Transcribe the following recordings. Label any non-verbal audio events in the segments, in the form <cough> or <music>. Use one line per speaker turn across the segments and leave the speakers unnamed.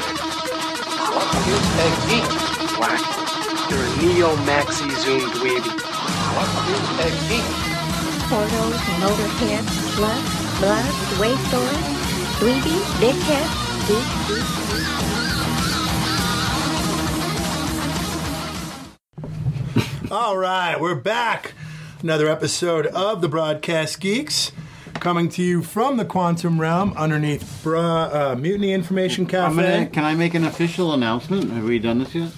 What is a geek?
Black. You're a neo maxi zoom dweeby.
What is a geek?
Pornos, motorheads, sluts, bloods, wastelands, 3D, dickheads, geeks,
All right, we're back. Another episode of the Broadcast Geeks coming to you from the quantum realm underneath Bra- uh, Mutiny Information
I'm gonna,
Cafe.
can I make an official announcement? Have we done this yet?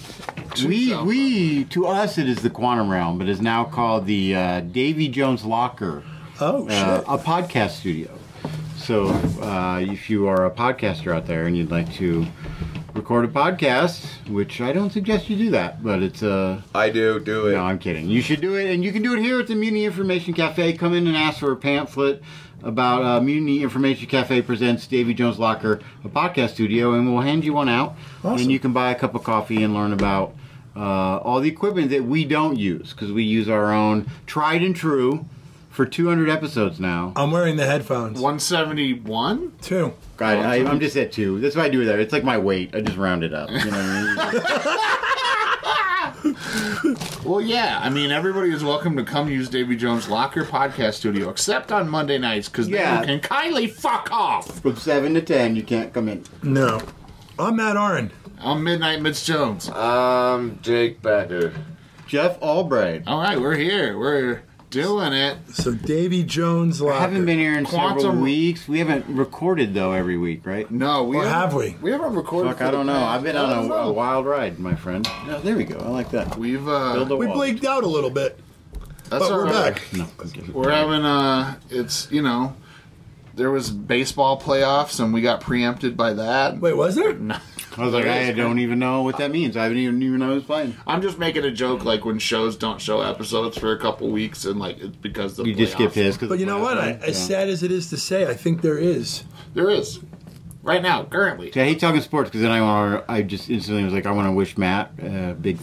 We, we, to us, it is the quantum realm, but is now called the uh, Davy Jones Locker,
Oh,
uh,
shit.
a podcast studio. So, uh, if you are a podcaster out there and you'd like to record a podcast, which I don't suggest you do that, but it's uh,
I do do it.
no, I'm kidding. You should do it, and you can do it here at the Mutiny Information Cafe. Come in and ask for a pamphlet about uh, Mutiny Information Cafe presents Davy Jones Locker, a podcast studio, and we'll hand you one out.
Awesome.
And you can buy a cup of coffee and learn about uh, all the equipment that we don't use because we use our own tried and true for 200 episodes now.
I'm wearing the headphones.
171?
Two.
God, I, I'm just at two. That's what I do with that. It's like my weight. I just round it up. You know what I
<laughs>
mean?
Well, yeah. I mean, everybody is welcome to come use Davy Jones Locker Podcast Studio, except on Monday nights, because
Yeah.
they can kindly fuck off.
From seven to ten, you can't come in.
No. I'm Matt Oren.
I'm Midnight Mitch Jones.
Uh.
Um, Jake Batter.
Jeff Albright.
All right, we're here. We're doing it.
So Davy Jones
I
Locker.
haven't been here in several
Quantum-
weeks. We haven't recorded though every week, right?
No, we
Or
haven't-
have we?
We haven't recorded.
Fuck,
for
I
the
don't know.
past-
I've been
I
on
don't
a, a
know.
wild ride, my friend. No, Oh, there we go. I like that.
We've
Build
uh,
a
We
wall.
blinked out a little bit,
that's
but
all
we're
right.
back.
No, I'm kidding.
We're having uh, it's you know, there was baseball playoffs and we got preempted by that.
Wait, was there?
I was like, I don't even know what that means. I haven't even even know who's playing.
I'm just making a joke, like when shows don't show episodes for a couple weeks, and like it's because the
You just get
playoffs.
pissed. 'cause
But you
it's
know
last
what? I,
night. Yeah.
as sad as it is to say, I think there is.
There is, right now, currently.
See, I hate talking sports because then I want to. I just instantly was like, I want to wish Matt uh, big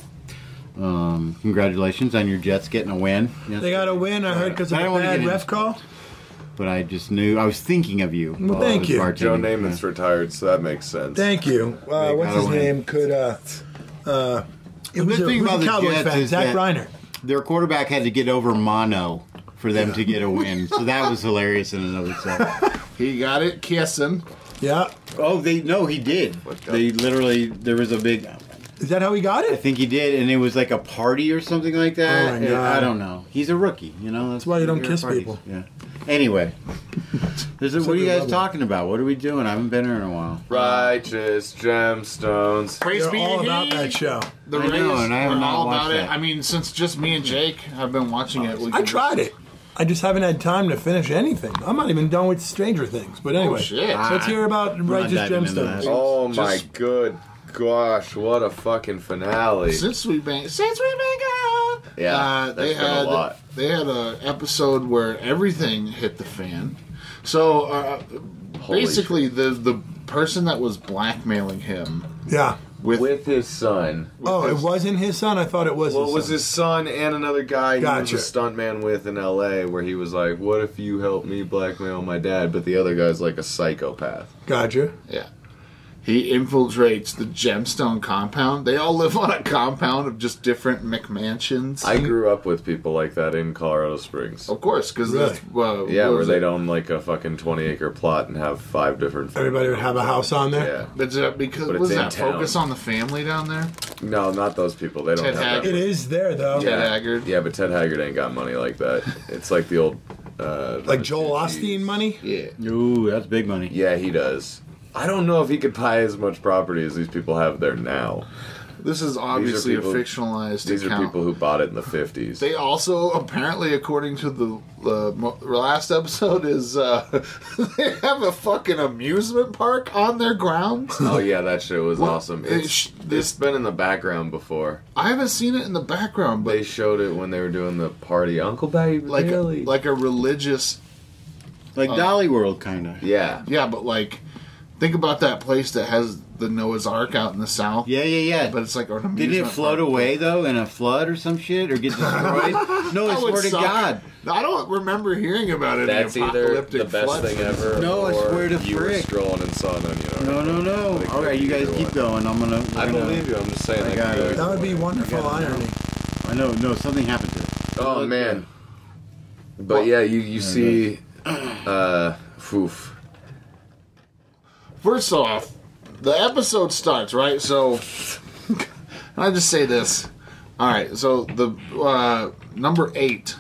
um, congratulations on your Jets getting a win. Yes.
They got a win, I heard, because of
I don't
a
wanna get
bad
into
ref call.
But I just knew I was thinking of you. while I
thank
was
you.
bartending.
Joe Namath's retired, so that makes sense.
Thank you. Uh, what's his
Godwin.
name? Could, uh, uh, it was
good
a
thing
was a
about the
Cowboys
Jets
fan,
is
Zach
that-
Reiner.
their quarterback had to get over mono for them to get a win. So that was hilarious in and of itself.
He got it kissing.
Yeah.
Oh, they no, he did. They literally there was a big.
Is that how he got
I
it?
think he did, and it was like a party or something like that.
Oh my
And
God.
I don't know. He's a rookie, you know. That's,
why you don't
they're
kiss people.
Yeah. Anyway, <laughs> There's a- what are
Something
you guys
about it.
talking about? What are we doing? I haven't been here in a while.
Righteous gemstones.
Praise
They're
be
all
to
about
He.
that show.
The
I know,
Rays
and I have
are
not
all
watched
about it.
that.
I mean, since just me and Jake have been watching it. We
I tried it. I just haven't had time to finish anything. I'm not even done with Stranger Things. But anyway,
Oh,
shit.
let's hear about Righteous
diving into
Gemstones.
that.
Oh
Just-
my good gosh, what a fucking finale.
Since we bang, since we bang out.
Yeah,
uh, they
that's been a
had
lot.
they had an episode where everything hit the fan. So uh,
Holy
basically, the the person that was blackmailing him
Yeah.
with,
With his son.
Oh, it wasn't his son. I thought it was.
Well,
his
it was
son.
his son and another guy he
Gotcha.
was a stuntman with in LA where he was like, What if you help me blackmail my dad? But the other guy's like a psychopath.
Gotcha.
Yeah. He infiltrates the gemstone compound. They all live <laughs> on a compound of just different McMansions.
I grew up with people like that in Colorado Springs.
of course, because
Yeah,
uh, what
where
was
they'd
it?
own like a fucking 20 acre plot and have five different.
Everybody would have a house on there.
Yeah.
But is that because
But it's
was
in
that
town.
focus on the family down there?
No, not those people. They don't
Ted
have that.
Haggard.
It is there though.
Ted Haggard.
Yeah, but Ted Haggard ain't got money like
<laughs>
that. It's like the old. Uh,
Like Joel Osteen money.
Yeah.
Ooh, that's big money.
Yeah, he does. I don't know if he could buy as much property as these people have there now.
This is obviously
people-
a fictionalized
These are
account.
people who bought it in the 50s.
They also apparently, according to the uh, mo- last episode, is uh, <laughs> they have a fucking amusement park on their grounds.
oh yeah, that shit was
Well,
awesome.
they
It's,
sh-
it's been in the background before.
I haven't seen it in the background, but
They showed it when they were doing the party. Uncle Baby,
like
Billy.
a, like a religious,
Like Dolly World, kind of.
yeah,
yeah, but like think about that place that has the Noah's Ark out in the south.
Yeah, yeah, yeah.
but it's like an amusement
Didn't it float
park.
away though in a flood or some shit or get
<laughs>
destroyed? no, I
That would
swear to
suck.
God.
I don't remember hearing about it.
That's
in the
either
apocalyptic
the best
flood.
thing ever.
No, I
or
swear to
you
frick.
were scrolling and saw an onion.
No, no,
I
no.
think
All right, you guys
either
keep
one.
going. I'm gonna. we're
I
gonna-
believe you. I'm just saying.
I
that
got
could
it.
go
That would be
either way.
wonderful
I
irony.
I know. No, something happened to it.
Oh man. But yeah, you you see, uh, <clears throat> foof.
First off, the episode starts right. So, <laughs> and I just say this. All right, so the uh, number eight,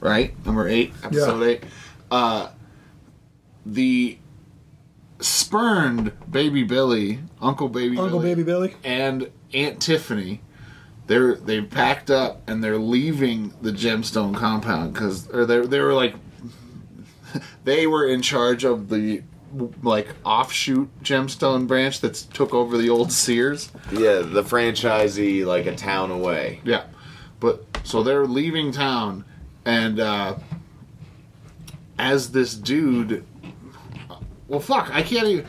right? Number eight, episode
Yeah.
eight. Uh, the spurned baby Billy, Uncle Baby,
Uncle
Billy,
Baby Billy.
and Aunt Tiffany. They're they packed up and they're leaving the gemstone compound because or they they were like <laughs> they were in charge of the like offshoot gemstone branch that took over the old Sears.
Yeah, the franchisee like a town away.
Yeah, but so they're leaving town, and uh, as this dude, well, fuck, I can't even.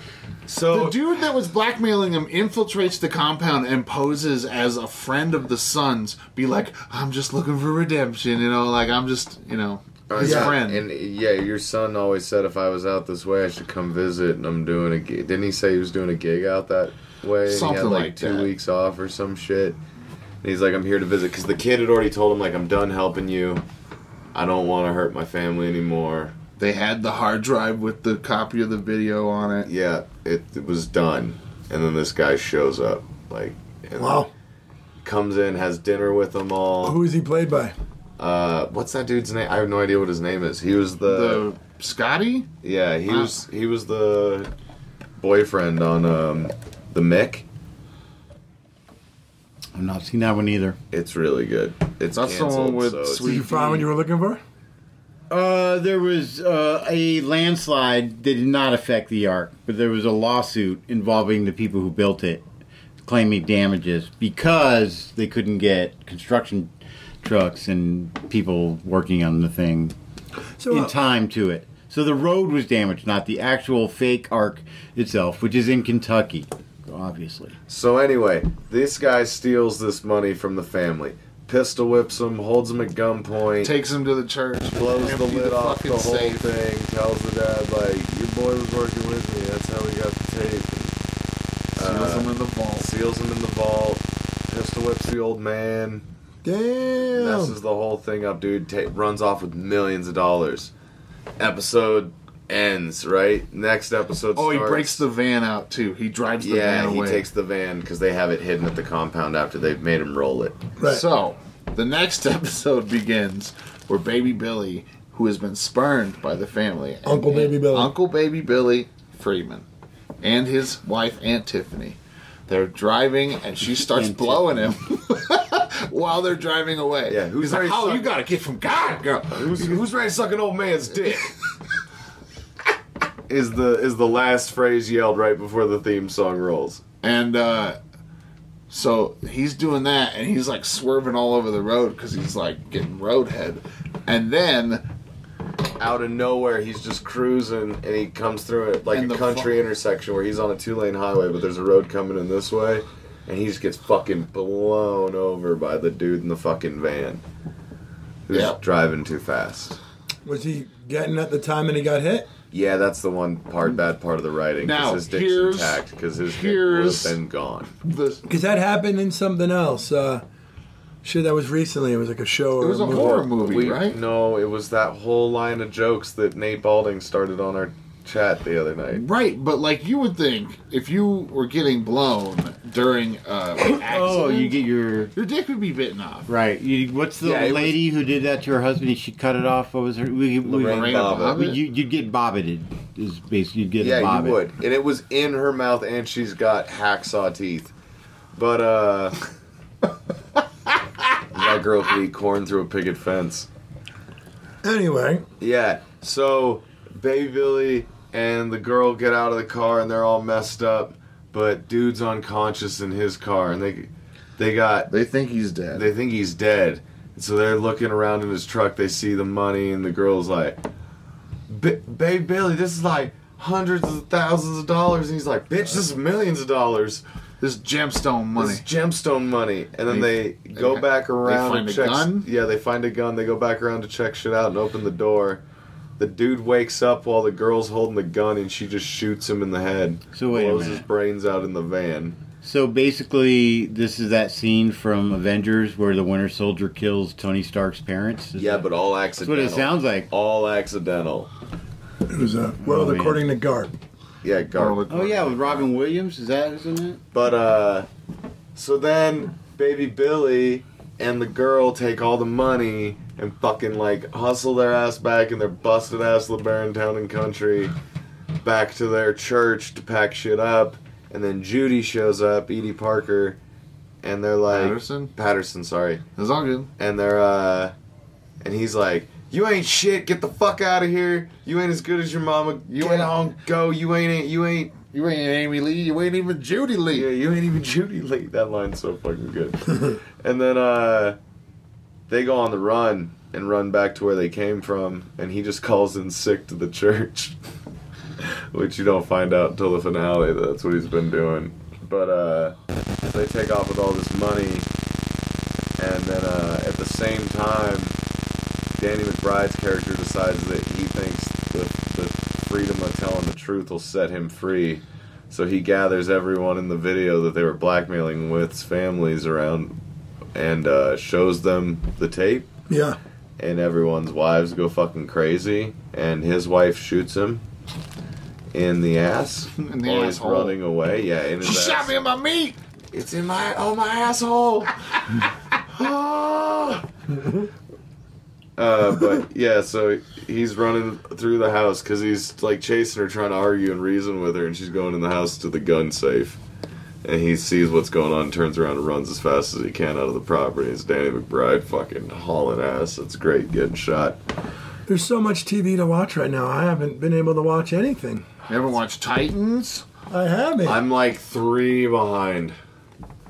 So
The dude that was blackmailing him infiltrates the compound and poses as a friend of the son's, be like, I'm just looking for redemption, you know, like I'm just, you know, his
Oh, yeah,
friend.
And yeah, your son always said if I was out this way, I should come visit. And I'm doing a gig. Didn't he say he was doing a gig out that way? he
Something
had like,
like
two
that.
weeks off or some shit. And he's like, I'm here to visit because the kid had already told him like I'm done helping you. I don't want to hurt my family anymore.
they had the hard drive with the copy of the video on it.
Yeah, it, it was done. And then this guy shows up, like, and
Wow.
comes in, has dinner with them all.
Who is he played by?
Uh, what's that dude's name? I have no idea what his name is. He was the,
The Scotty?
yeah, he was he was the boyfriend on um, the Mick.
I've not seen that one either.
It's really good. It's
That's the
canceled,
one with
so it's-
Sweet-
Did you find what you were looking for?
Uh, there was uh, a landslide that did not affect the ark, but there was a lawsuit involving the people who built it, claiming damages because they couldn't get construction trucks and people working on the thing
So,
in
uh,
time to it. So the road was damaged, not the actual fake ark itself, which is in Kentucky, obviously.
So anyway, this guy steals this money from the family. Pistol whips him, holds him at gunpoint.
Takes him to the church.
blows the
empty
lid off the
fucking
whole
safe.
thing, tells the dad like, "Your boy was working with me. That's how we got the tape."
Seals
Uh,
him in the vault.
Seals him in the vault. Pistol whips the old man.
damn.
Messes the whole thing up, dude. Ta- runs off with millions of dollars. Episode ends right. Next episode.
Oh, he
starts.
breaks the van out too. He drives the
Yeah,
van
he
away.
takes the van because they have it hidden at the compound after they've made him roll it.
Right.
So, the next <laughs> episode begins where Baby Billy, who has been spurned by the family,
Uncle Baby Billy.
Uncle Baby Billy Freeman, and his wife Aunt Tiffany, they're driving
<laughs>
and she starts
Aunt
blowing him <laughs> while they're driving away.
Yeah, who's
He's like,
ready to
"Oh,
suck-
you gotta get from God, girl."
Who's, who's ready to suck an old man's dick? <laughs> is the is the last phrase yelled right before the theme song rolls.
And uh, so he's doing that, and he's like swerving all over the road because he's like getting roadhead. And then
Out of nowhere, he's just cruising, and he comes through it like
And
a
the
country
fu-
intersection where he's on a two lane highway, but there's a road coming in this way, and he just gets fucking blown over by the dude in the fucking van, who's
Yeah.
driving too fast.
Was he getting at the time and he got hit?
Yeah, that's the one part bad part of the writing. 'cause
Now,
his dick's
here's-
intact because his dick would
here's-
have been gone.
the
Because that happened in something else. Uh, shit, that was recently. It was like a show or
It was a
movie.
horror movie,
We-
right?
No, it was that whole line of jokes that Nate Balding started on our chat the other night.
Right, but like you would think, if you were getting blown during
<coughs>
uh, an accident,
Oh, you get your
your dick would be bitten off.
right. You, what's the
Yeah, it was-
lady who did that to her husband? She cut it off. What was her? We, we,
Lorraine Bobbitt.
we- you, you'd get bobbited. Is basically you'd get
yeah,
bobbed.
you would. And it was in her mouth, and she's got hacksaw teeth. But uh, <laughs> that girl could eat corn through a picket fence.
Anyway,
Yeah. So Baby Billy and the girl get out of the car, and they're all messed up. But dude's unconscious in his car, and they they got
They think he's dead.
they think he's dead. So they're looking around in his truck. They see the money, and the girl's like, "B- "Babe Billy, this is like hundreds of thousands of dollars." And he's like, "Bitch, this is millions of dollars.
this gemstone money.
This is gemstone money." And then
They-
they, go
they-
back
they
around
find
and
a
check.
gun?
Yeah, they find a gun. They go back around to check shit out and open the door. The dude wakes up while the girl's holding the gun, and she just shoots him in the head.
So wait a
blows
minute.
his brains out in the van.
So basically, this is that scene from Avengers where the Winter Soldier kills Tony Stark's parents. Is
Yeah,
that-
but all
that's
accidental.
what it sounds like.
All accidental.
it was a world
Oh, man.
according to Garp.
Yeah, garbage.
Oh yeah, with Robin Williams. Is that isn't it?
But uh so then baby Billy and the girl take all the money and fucking like hustle their ass back in their busted ass LeBaron town and country back to their church to pack shit up and then Judy shows up, Edie Parker, and they're like
Patterson?
Patterson, sorry.
It's all good.
And they're uh and he's like you ain't shit. Get the fuck out of here. You ain't as good as your mama. You
Get
ain't
out.
home. Go. You ain't. You ain't.
You ain't Amy Lee. You ain't even Judy Lee.
Yeah, you ain't even Judy Lee. That line's so fucking
<laughs>
good. and then uh they go on the run and run back to where they came from, and he just calls in sick to the church, <laughs> which you don't find out until the finale. that That's what he's been doing. But uh they take off with all this money, and then uh at the same time, Danny McBride's character decides that he thinks the the freedom of telling the truth will set him free. So he gathers everyone in the video that they were blackmailing with's families around and uh, shows them the tape,
Yeah.
and everyone's wives go fucking crazy, and his wife shoots him in the ass
<laughs> In the
while
asshole.
he's running away. Yeah, in his
She
ass.
shot me in my meat.
It's in my oh my
<laughs>
asshole. <laughs> Ah. uh, but yeah, so he's running through the house because he's like chasing her, trying to argue and reason with her, and she's going in the house to the gun safe. And he sees what's going on, turns around and runs as fast as he can out of the property. It's Danny McBride fucking hauling ass. It's great getting shot.
There's so much TV to watch right now. I haven't been able to watch anything.
You ever watch Titans?
I haven't.
I'm like three behind.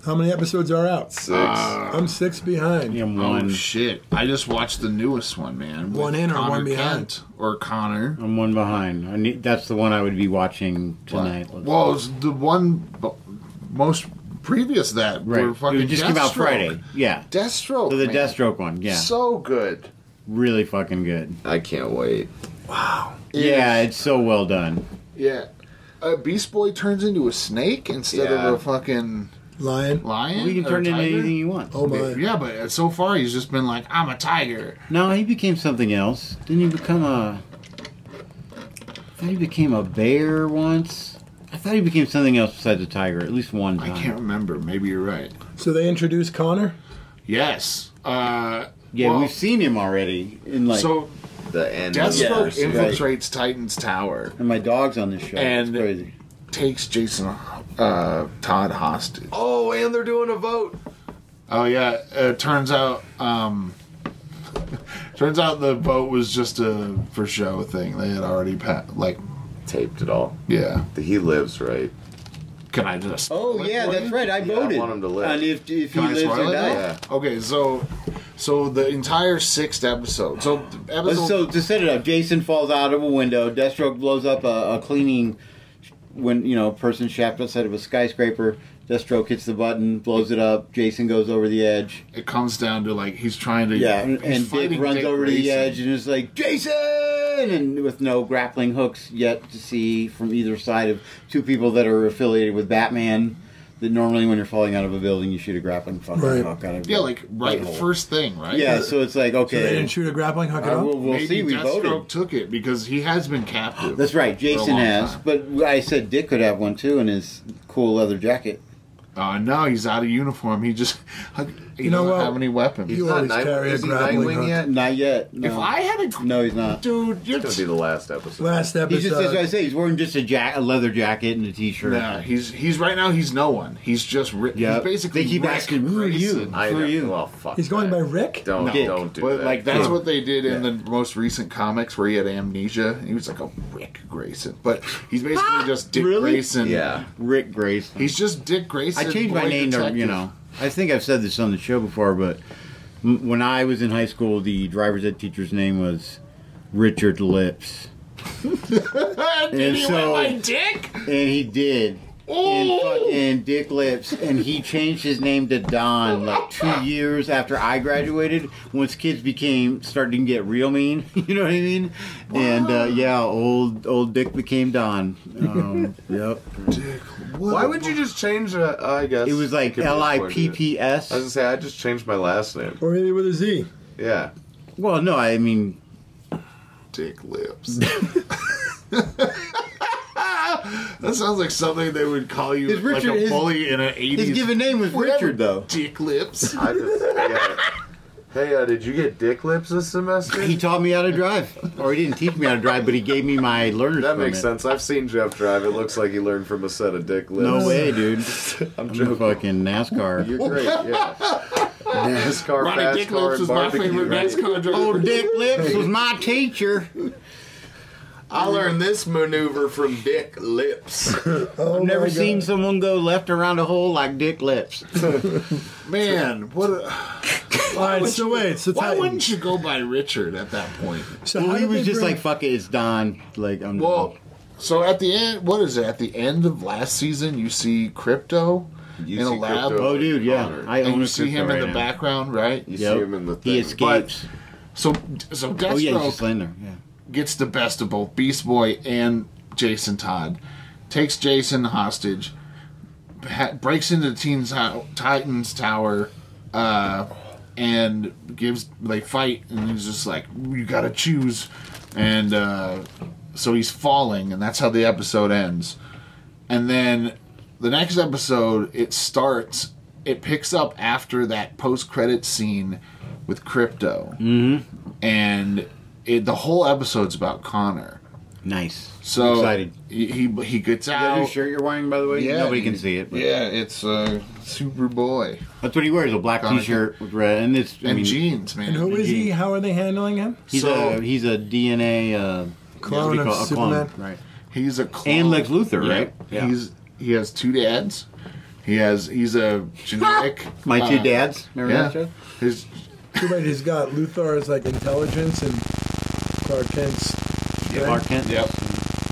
How many episodes are out?
Six.
Ah.
I'm six behind.
Yeah, I'm
Oh
one.
shit! I just watched the newest one, man. with
One in or
Connor
one behind?
Kent or Connor.
I'm one behind. I need, that's the one I would be watching tonight. Let's-
Well, it's the one b- most previous to that
right.
were fucking
it would just came out
Deathstroke.
Friday. Yeah.
Deathstroke.
So the
man.
Deathstroke one. Yeah.
So good.
really fucking good.
I can't wait.
Yeah, it's so well done.
Yeah. Uh, Beast Boy turns into a snake instead
Yeah.
of a fucking
Lion.
lion.
Well, you can
or
turn it into
tiger.
anything you want.
Oh my.
Yeah, but uh, so far he's just been like, I'm a tiger.
No, he became something else. Didn't he become a? I thought he became a bear once. I thought he became something else besides a tiger, at least one
I
time.
can't remember. Maybe you're right.
So they introduced Connor.
Yes. Uh,
Yeah,
well,
we've seen him already in like.
so
The end. of
Deathstroke
the-
infiltrates Titan's tower,
and my dog's on this show.
And-
it's crazy.
takes Jason uh, Todd hostage.
Oh, and they're doing a vote.
Oh yeah, it turns out um <laughs> turns out the vote was just a for show thing. They had already pa- like
Taped it all.
yeah.
He lives, right?
Can I just
Oh yeah, that's right. I
Yeah, I
voted.
want him to live.
And if if he
Can I
lives
spoil
or
it?
dies.
Yeah.
Okay, so so the entire sixth episode. So the episode
So to set it up, Jason falls out of a window. Deathstroke blows up a, a cleaning when you know person shaft outside of a skyscraper. Deathstroke hits the button, blows it up. Jason goes over the edge.
it comes down to like he's trying to
Yeah,
he's
and, and Dick
fighting
runs over to the
Grayson.
edge and is like, Jason! And with no grappling hooks yet to see from either side of two people that are affiliated with Batman. that normally when you're falling out of a building, you shoot a grappling fucking
Right.
hook out of
Yeah, like right
hole.
first thing, right?
Yeah, so it's like
So they
okay,
didn't shoot a grappling hook at
I
all?
will, we'll
Maybe
see. We
Deathstroke
voted.
took it because he has been captive.
That's right.
for a
Jason
long
has,
time.
but I said Dick could have one too in his cool leather jacket.
Uh, no, he's out of uniform. He just <laughs> he
know
doesn't
what?
have any weapons.
You always carry a
is he
grappling hook.
Nightwing yet?
Not yet. No,
if I had a
no he's not.
dude, you're
It's gonna be the last episode.
Last episode.
He's just uh, that's what I say. He's wearing just a jack, a leather jacket and a t-shirt.
Nah, he's he's right now. He's no one. He's just ri-
Yeah.
he's basically.
They keep
Rick
asking, "Who are you?"
Grayson.
I
Who
know.
are you?
Well, fuck.
He's going
that.
by Rick?
Don't
No.
don't do
But
that.
like that's
Yeah.
what they did in the most recent comics where he had amnesia. He was like a Rick Grayson, but he's
Ah!
basically just Dick
Really?
Grayson.
yeah.
Rick Grace.
he's just Dick Grayson.
I changed my
boy
name to, you
detective.
know, I think I've said this on the show before, but m- when I was in high school, the driver's ed teacher's name was Richard Lips.
Did
And
he
so-
win my Ah, dick?
And he did. And fucking Dick Lips. And he changed his name to Don like two years after I graduated. Once kids became, started to get real mean. <laughs> You know what I mean? And uh, yeah, old old Dick became Don.
<laughs>
Um, yep.
Why would you just change that? I guess
It was like
I can
L I
afford to
P
do it.
P S.
I was gonna say I just changed my last name.
or maybe with a Z.
Yeah.
Well, no, I mean,
Dick lips. <laughs> that sounds like something they would call you
Is Richard-
like a
is-
bully in an eighties.
his given name was Richard, though.
Dick lips.
I just yeah. Hey, uh, did you get dick lips this semester?
He taught me how to drive, or he didn't teach me how to drive, but he gave me my learner's
that makes
permit.
sense. I've seen Jeff drive. It looks like he learned from a set of dick lips.
No way, dude.
<laughs> I'm
I'm a
joking.
fucking
<laughs>
NASCAR.
You're great.
<laughs>
Yeah. NASCAR,
Ronnie Dick
NASCAR,
lips
and
was my
barbecue,
favorite
right?
NASCAR driver.
Oh, Dick Lips was my teacher.
I learned this maneuver from Dick Lips.
Oh
I've never
my God.
seen someone go left around a hole like Dick Lips.
man, what?
<sighs>
A,
All right, so wait, so
why
Titan.
wouldn't you go by Richard at that point?
So
Well,
how
he
did
was
they
just
bring-
like, "Fuck it, it's Don." Like, I'm.
Well, so at the end, what is it? At the end of last season, you see Crypto
You
in a
see
lab,
Crypto.
oh, dude, yeah,
Connor.
I
and
own
you
a
see him
crypto
in the
right now.
background, right?
You
Yep.
see him in the thing.
He escapes.
So, so Deathstroke
Oh yeah, he's just laying there. Yeah.
gets the best of both Beast Boy and Jason Todd, takes Jason hostage, ha- breaks into Teen's ho- Titan's tower, uh, and gives they fight, and he's just like, "You gotta choose," and uh, so he's falling, and that's how the episode ends. And then the next episode, it starts. It picks up after that post-credit scene with Crypto and it, the whole episode's about Connor.
Nice.
So
excited.
He, he he gets
That new
out.
shirt you're wearing, by the way, nobody can see it. But
Yeah, it's uh, Superboy
that's what he wears—a black
Connor.
T-shirt with red, and it's. I
and
mean,
jeans, man.
And who is he? How are they handling him?
He's
So-
a he's a DNA uh,
Clone
what do you
of
call it? A
Superman.
right?
He's a clone.
And Lex Luthor,
Yeah.
right? Yeah.
He's he has two dads. He has he's a genetic.
My two
uh,
dads. Remember that
Yeah.
show?
His
Too bad he's got Luthor's like intelligence and Clark Kent's.
Clark Kent.
yep.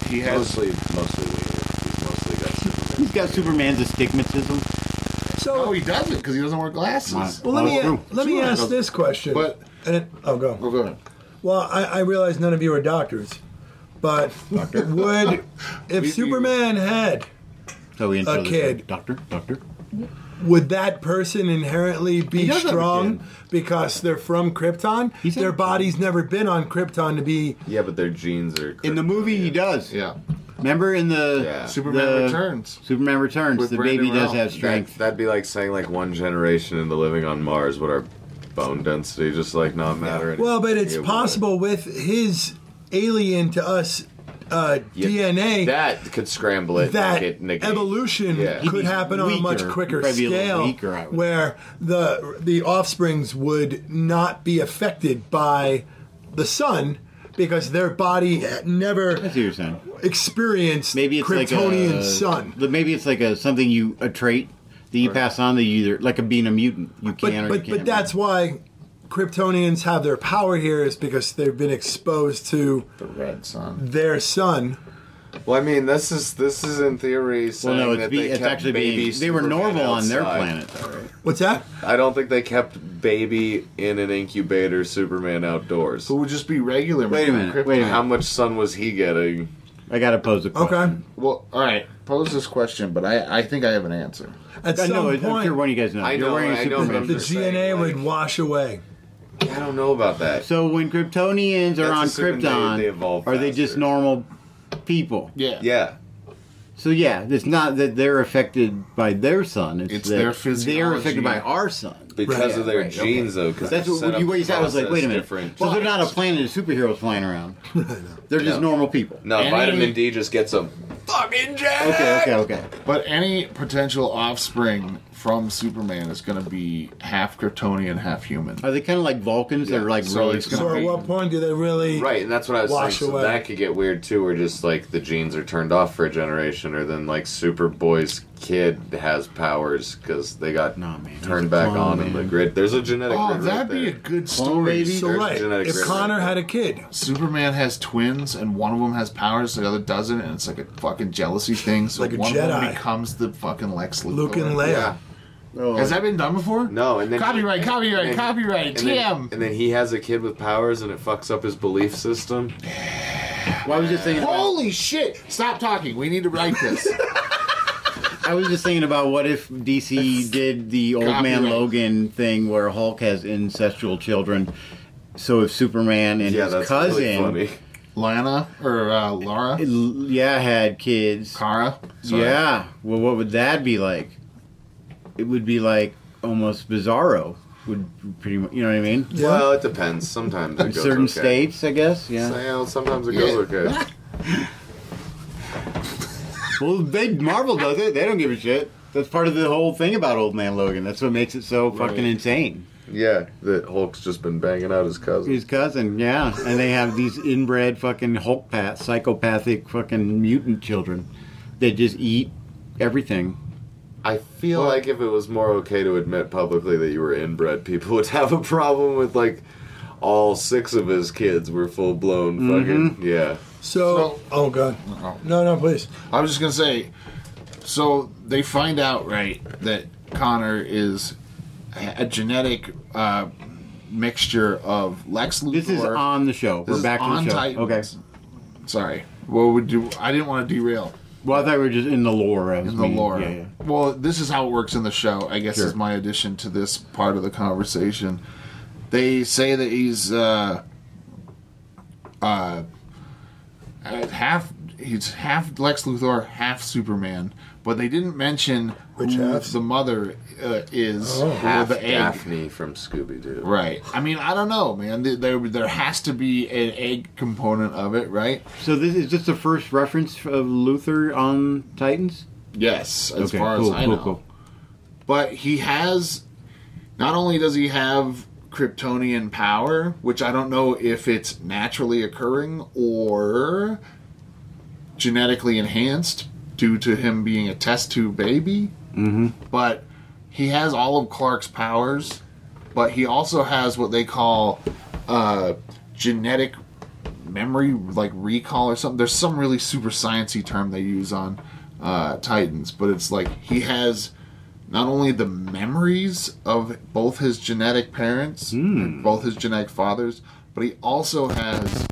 He has
Mostly, mostly, Wiener. mostly got Superman.
He's got Superman's astigmatism.
So
no, he doesn't because he doesn't wear glasses.
Wow.
well, let
Oh,
me
true.
let me
Sure.
ask this question.
But-
and it, oh, go.
Oh, go ahead.
Well, I, I realize none of you are doctors, but <laughs> would if Superman had
So we
A
intro this
kid.
way. Doctor, doctor.
would that person inherently
He
be
does have a
strong
kid.
because they're from Krypton?
He's
Their
had-
body's never been on Krypton to be.
Yeah, but their genes are.
In the movie, he does.
Yeah.
Remember in the
Yeah.
Superman
the-
returns.
Superman Returns.
With
the
Brandon
baby does
Routh.
have strength.
That'd be like saying like one generation into living on Mars would our bone density just like not matter. anymore.
Well, but it's
Yeah, would.
possible with his alien to us uh,
Yeah,
<laughs>
DNA
that could scramble it.
that
make it negate.
evolution
Yeah. He'd
could
be
happen on a much
weaker,
quicker
probably a little
scale
weaker, I would
where the the offsprings would not be affected by the sun because their body
I
never
see what you're saying.
experienced
Maybe it's
Kryptonian
like a
sun.
the- Maybe it's like a something you a trait that you pass on that you either like a being a mutant. You
But
can or
but,
you can't.
but that's why Kryptonians have their power here is because they've been exposed to
The red sun.
their sun.
Well, I mean, this is this is in theory.
well,
Saying
no, it's,
that
be,
they
it's
kept
actually
baby
being, they were
Superman
normal on their
outside.
planet.
What's that?
I don't think they kept baby in an incubator Superman outdoors.
Who would just be regular?
Wait a
man.
minute, wait a minute.
How much sun was he getting?
I gotta pose a question.
Okay.
Well, all right. Pose this question, but I, I think I have an answer.
At
I
some
know.
point,
I'm sure one of you guys know.
I
You're
know,
wearing a
I know, but
Superman
I'm
the
just
shirt.
GNA
saying,
would
like-
wash away.
I don't know about that.
So when Kryptonians are
That's
on
assuming they-
Krypton,
they evolve
are they just
faster.
normal people?
Yeah.
Yeah.
So yeah, it's not that they're affected by their sun. It's,
It's
that
their
They're
physiology.
affected by our sun.
Because
Right.
of their
Right, okay.
genes, though. Because
That's what you ways out. I was like, wait a minute. So they're not a planet of superheroes flying around. They're just
No.
normal people.
No,
Any-
vitamin D just gets them. Fucking jacked.
Okay, okay, okay.
But any potential offspring from Superman is going to be half Kryptonian, half human.
Are they kind of like Vulcans? They're like
So
really
it's
smart.
gonna-
So at what point do they really?
Right, and that's what I was
Wash
saying.
away.
So that could get weird too, where just like the genes are turned off for a generation, or then like Superboy's kid has powers because they got
Nah, man, he's a
turned back
clone,
on in the
man.
grid. There's a genetic.
Oh,
grid
that'd
right
be a
there.
Clone
good story.
baby?
So
There's
right,
genetic
if
risk.
Connor had a kid,
Superman has twins, and one of them has powers, the other doesn't, and it's like a fucking jealousy thing. So
Like a
one of them
Jedi.
becomes the fucking Lex Luthor.
Luke and Leia.
Yeah.
Oh,
Has that been done before?
No, and then
Copyright,
and-
copyright,
and-
copyright,
and Then,
TM.
and then he has a kid with powers, and it fucks up his belief system.
well, I was just thinking. About,
Holy shit! Stop talking. We need to write
<laughs>
this.
I was just thinking about what if DC did the old man
Copyright.
Logan thing where Hulk has incestual children. So if Superman and
yeah,
his
that's really
cousin,
funny.
Lana or uh, Laura,
l- yeah, had kids.
Kara. Sorry.
Yeah. Well, what would that be like? It would be like almost bizarro. Would pretty much, you know what I mean?
Yeah.
Well, it depends. Sometimes it
In
goes
certain
okay.
states, I guess.
So,
Yeah.
you know, sometimes it goes okay.
<laughs>
Well, they Marvel does it. They don't give a shit. That's part of the whole thing about Old Man Logan. That's what makes it so fucking insane.
Yeah, that Hulk's just been banging out his cousin.
His cousin, yeah, and they have these inbred fucking Hulk pat, psychopathic fucking mutant children. They just eat everything.
I feel like if it was more okay to admit publicly that you were inbred, <laughs> people would have a problem with like all six of his kids were full blown
Mm-hmm.
fucking yeah.
So, oh god, no, no, please.
I was just gonna say, so they find out right that Connor is a genetic uh, mixture of Lex Luthor.
This is on the show.
this
We're
is
back to
on
the show. Okay.
Titans. Sorry. What would you? I didn't want to derail
Well, I thought we were just in the lore. I was
in the
meaning-
lore.
Yeah, yeah.
Well, this is how it works in the show. I guess
Sure.
is my addition to this part of the conversation. They say that he's uh, uh, uh, half. He's half Lex Luthor, half Superman. But they didn't mention
Which
who
half? Oh.
the mother uh, is or
Half
the egg.
Daphne from Scooby Doo.
Right. I mean, I don't know, man. There- There, there has to be an egg component of it, right?
So this is just the first reference of Luther on Titans.
Yes, as far
cool,
as I
cool,
know.
cool.
But he has. Not only does he have Kryptonian power, which I don't know if it's naturally occurring or genetically enhanced due to him being a test tube baby, mm-hmm. but he has all of Clark's powers. But he also has what they call uh, genetic memory, like recall or something. There's some really super sciencey term they use on uh, Titans, but it's like he has not only the memories of both his genetic parents, and both his genetic fathers, but he also has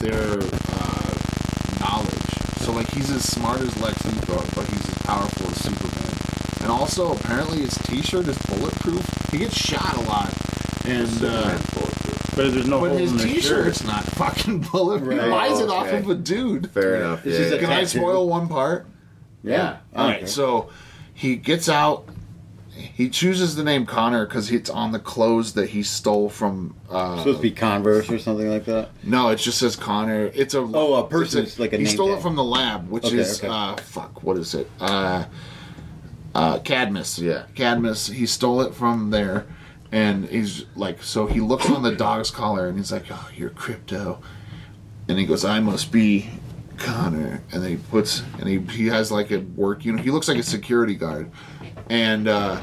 their uh, knowledge. So like he's as smart as Lex Luthor, but he's as powerful as Superman. And also apparently his T-shirt is bulletproof. He gets shot a lot, and. Uh,
But if there's no
but
hole
his
in the shirt,
t-shirt's not fucking bulletproof.
Right. Oh,
Why is it
Okay.
off of a dude?
Fair enough.
This
yeah,
is a
yeah.
Can I spoil one part?
yeah. Oh,
All right. So he gets out. He chooses the name Connor because it's on the clothes that he stole from. Uh,
supposed to be Converse or something like <laughs> that.
no, it just says Connor. It's a
Oh, a person,
it's
it's like a
he
name
stole it
tag.
from the lab, which
Okay,
is
okay.
uh, fuck. What is it? Uh, uh, Cadmus. Yeah, Cadmus. He stole it from there, and he's like, so he looks on the dog's collar and he's like, "Oh, you're crypto," and he goes, "I must be." Connor, and then he puts, and he, he has like a work, you know, he looks like a security guard, and uh,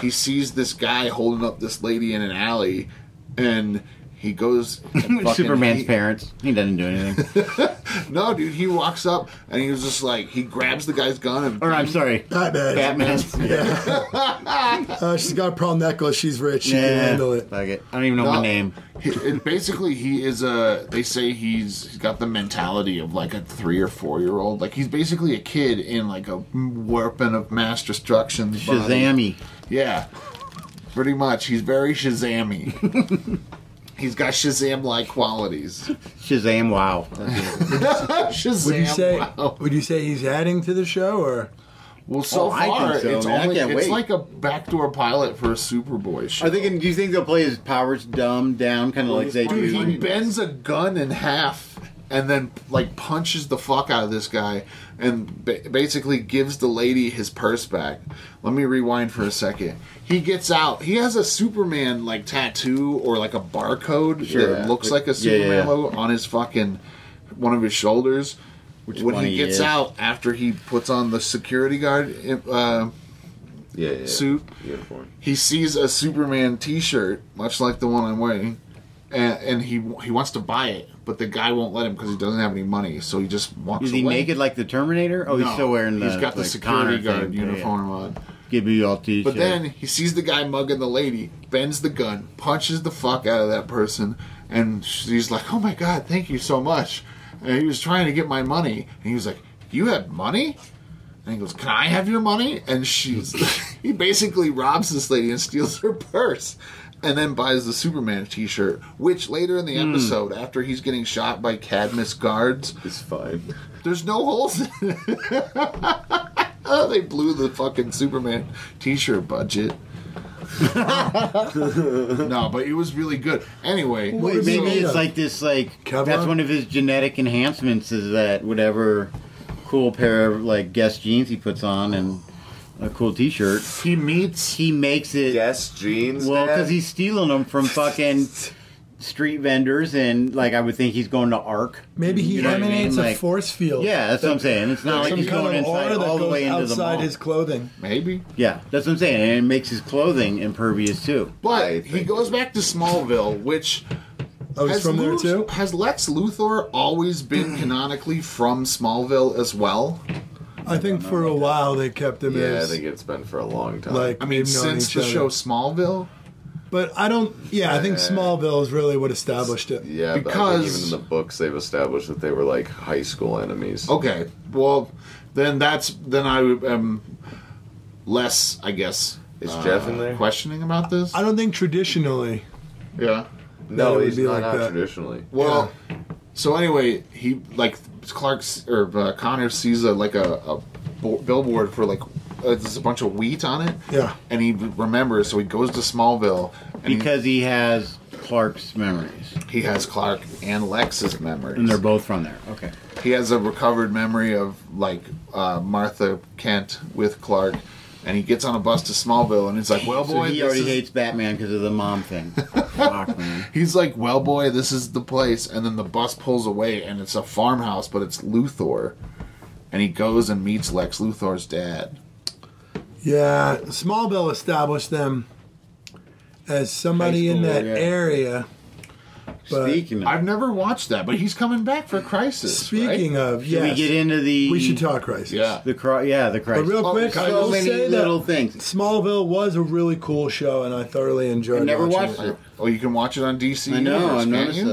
he sees this guy holding up this lady in an alley, and
<laughs>
He goes. and fucking-
Superman's
he-
parents. He doesn't do anything.
No, dude. He walks up and he was just like he grabs the guy's gun
<laughs>
and
or I'm
<laughs>
sorry,
Batman.
Batman's.
Yeah. uh, she's got a problem necklace. She's rich. She can handle it.
Fuck it. I don't even know my
No.
name.
He- and basically, he is a. They say he's, he's got the mentality of like a three or four year old. Like he's basically a kid in like a weapon of mass destruction. body.
Shazammy.
Yeah, pretty much. He's very Shazammy.
<laughs>
he's got Shazam like qualities. <laughs>
Shazam! Wow. That's it.
Shazam!
Would you say
wow.
would you say he's adding to the show or
Well, so
Oh, I think
far
so,
it's
man. I
only
can't
it's
wait.
like a backdoor pilot for a Superboy show.
Are they gonna? Do you think they'll play his powers dumb down, kind of like they
Dude,
do?
he bends a gun in half and then like punches the fuck out of this guy and ba- basically gives the lady his purse back. Let me rewind for a second. He gets out. He has a Superman like tattoo or like a barcode
Sure.
that looks like
Yeah,
a
yeah,
Superman
yeah.
logo on his fucking one of his shoulders.
Which
when
one
he
he
gets
is.
out after he puts on the security guard uh,
Yeah, yeah.
suit,
Uniform.
he sees a Superman T-shirt, much like the one I'm wearing, and, and he he wants to buy it, but the guy won't let him because he doesn't have any money. So he just walks.
Is he
away.
naked like the Terminator? Oh, he's
No,
still wearing the.
He's got the
like, Connor
security guard
thing. Yeah, yeah.
uniform on.
Give me your t-shirt.
But then he sees the guy mugging the lady, bends the gun, punches the fuck out of that person, and she's like, "Oh my god, thank you so much." And he was trying to get my money, and he was like, "You have money?" And he goes, "Can I have your money?" And she's, he basically robs this lady and steals her purse, and then buys the Superman T-shirt, which later in the episode, after he's getting shot by Cadmus guards,
It's fine.
there's no holes. in <laughs> it. they blew the fucking Superman T-shirt budget. <laughs> no, but it was really good. Anyway,
Wait,
So-
maybe it's like this, like
Cover?
that's one of his genetic enhancements is that whatever cool pair of like Guess jeans he puts on and a cool T-shirt,
he meets.
he makes it
Guess jeans.
well
man?
because he's stealing them from
<laughs>
fucking street vendors and like I would think he's going to Arc.
maybe he
You know what I mean?
emanates
Like-
a force field?
Yeah, that's what I'm saying. It's not like
Some
he's
kind
going
of
inside
aura that
all the
goes
way into the
outside
mall.
his clothing.
Maybe,
yeah, that's what I'm saying, and it makes his clothing impervious too.
I
but he
think-
goes back to Smallville, which
Oh, he's
has
from there
Lex-
too.
Has Lex Luthor always been canonically from Smallville as well?
I think for a while they kept him
Yeah, I
as
think it's been for a long time.
like
I mean,
they've known
since
each
the
other.
show Smallville,
But I don't. Yeah, I think Smallville is really what established it.
yeah, but I think
because-
even in the books they've established that they were like high school enemies.
Oh,
Okay. Well, then that's then I am less, I guess. uh,
Is Jeff in there?
Questioning about this?
I don't think traditionally.
Yeah.
no,
it would
he's
be
not,
like
not
that.
traditionally.
Well, so anyway, he like Clark's or uh, Connor sees a like a, a bo- billboard for like uh, there's a bunch of wheat on it.
Yeah.
And he remembers, so he goes to Smallville and he-
Because he has Clark's memories,
he, has Clark and Lex's memories.
and they're both from there. Okay.
he has a recovered memory of like uh, Martha Kent with Clark, and he gets on a bus to Smallville, and he's like, "Well,
So
boy,
he
this
already
is-
hates Batman because of the mom
<laughs>
thing. Fuck, man.
He's like, "Well, boy, this is the place." And then the bus pulls away, and it's a farmhouse, but it's Luthor, and he goes and meets Lex Luthor's dad.
Yeah, Smallville established them as somebody
High
in
school,
that
yeah.
area. But
Speaking of,
I've never watched that, but he's coming back for Crisis.
speaking
right?
of,
should
yeah,
we get into the?
should talk crisis.
yeah,
The cri- yeah, the crisis.
But real
Oh,
quick,
so
I will
so many
say
little
that
things.
Smallville was a really cool show, and I thoroughly enjoyed.
I never
watching
watched it.
oh, you can watch it on DC.
I know. I
Universe, can't
noticed
you?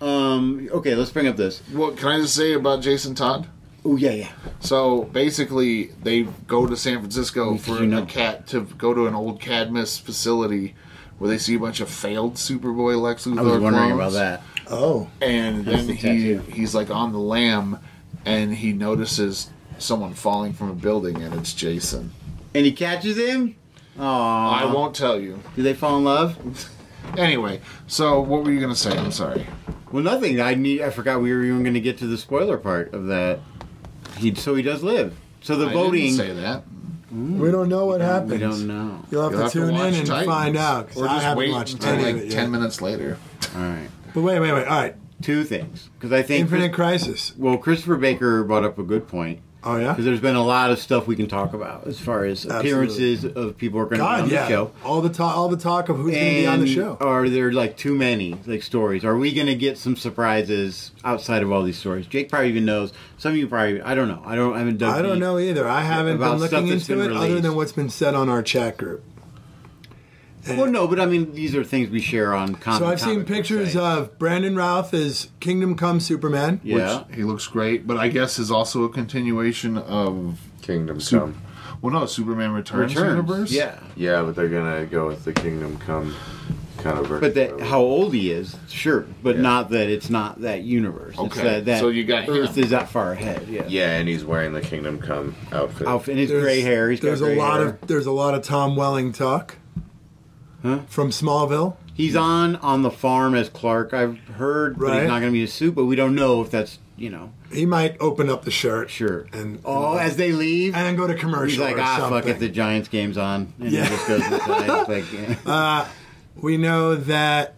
that. Um. Okay, let's bring up this.
What can I just say about Jason Todd?
Oh yeah, yeah.
So basically, they go to San Francisco
Because
for
you know.
a cat to go to an old Cadmus facility where they see a bunch of failed Superboy Lex Luthor
I was wondering about
clones.
that.
Oh,
And
That's
then
the
he
tattoo.
he's like on the lam, and he notices someone falling from a building, and it's Jason.
And he catches him. Oh,
I won't tell you.
Do they fall in love?
Anyway, so what were you gonna say? I'm sorry.
Well, nothing. I need. I forgot we were even going to get to the spoiler part of that. He so he does live. So the
I didn't
voting.
say that.
we don't know what happens.
We don't know.
You'll have
You'll
to
have to
tune in
watch
and
Titans.
find out. 'cause
Or
I
just
haven't
wait
watched
until
any
like
of it
ten
yet.
minutes later.
All right.
But wait, wait, wait. All right,
Two things, because I think
Infinite Crisis.
Well, Christopher Baker brought up a good point
Oh yeah,
because there's been a lot of stuff we can talk about as far as
Absolutely.
appearances of people who are going to be on
God,
the
yeah.
show.
All the talk, all the talk of who's going to be on the
And
show.
Are there like too many like stories? Are we going to get some surprises outside of all these stories? Jake probably even knows. Some of you probably I don't know. I don't I haven't done.
I don't know either. I haven't been looking into it other than what's been said on our chat group.
well, no, but I mean these are things we share on. Comic
so I've seen pictures uh, of Brandon Routh as Kingdom Come Superman.
Which he looks great, but I guess is also a continuation of
Kingdom Come.
Well, no, Superman Returns, universe.
Yeah, but they're gonna go with the Kingdom Come kind of version.
But that how old he is, sure, but not that it's not that universe. It's
Okay,
that, that
so you got
Earth
him.
is that far ahead. Yeah.
Yeah, and he's wearing the Kingdom Come outfit.
Outfit, and his gray hair. He's got
There's a
gray
lot
hair.
of there's a lot of Tom Welling talk. From Smallville.
He's on on the farm as Clark. I've heard, but
Right.
he's not going to be a suit. But we don't know if that's you know.
He might open up the shirt.
Sure.
And
Oh, as they leave,
and then go to commercial.
he's like,
or
ah, fuck
something."
it, the Giants game's on, and
Yeah.
he just goes inside.
<laughs>
It's like, yeah.
Uh, we know that.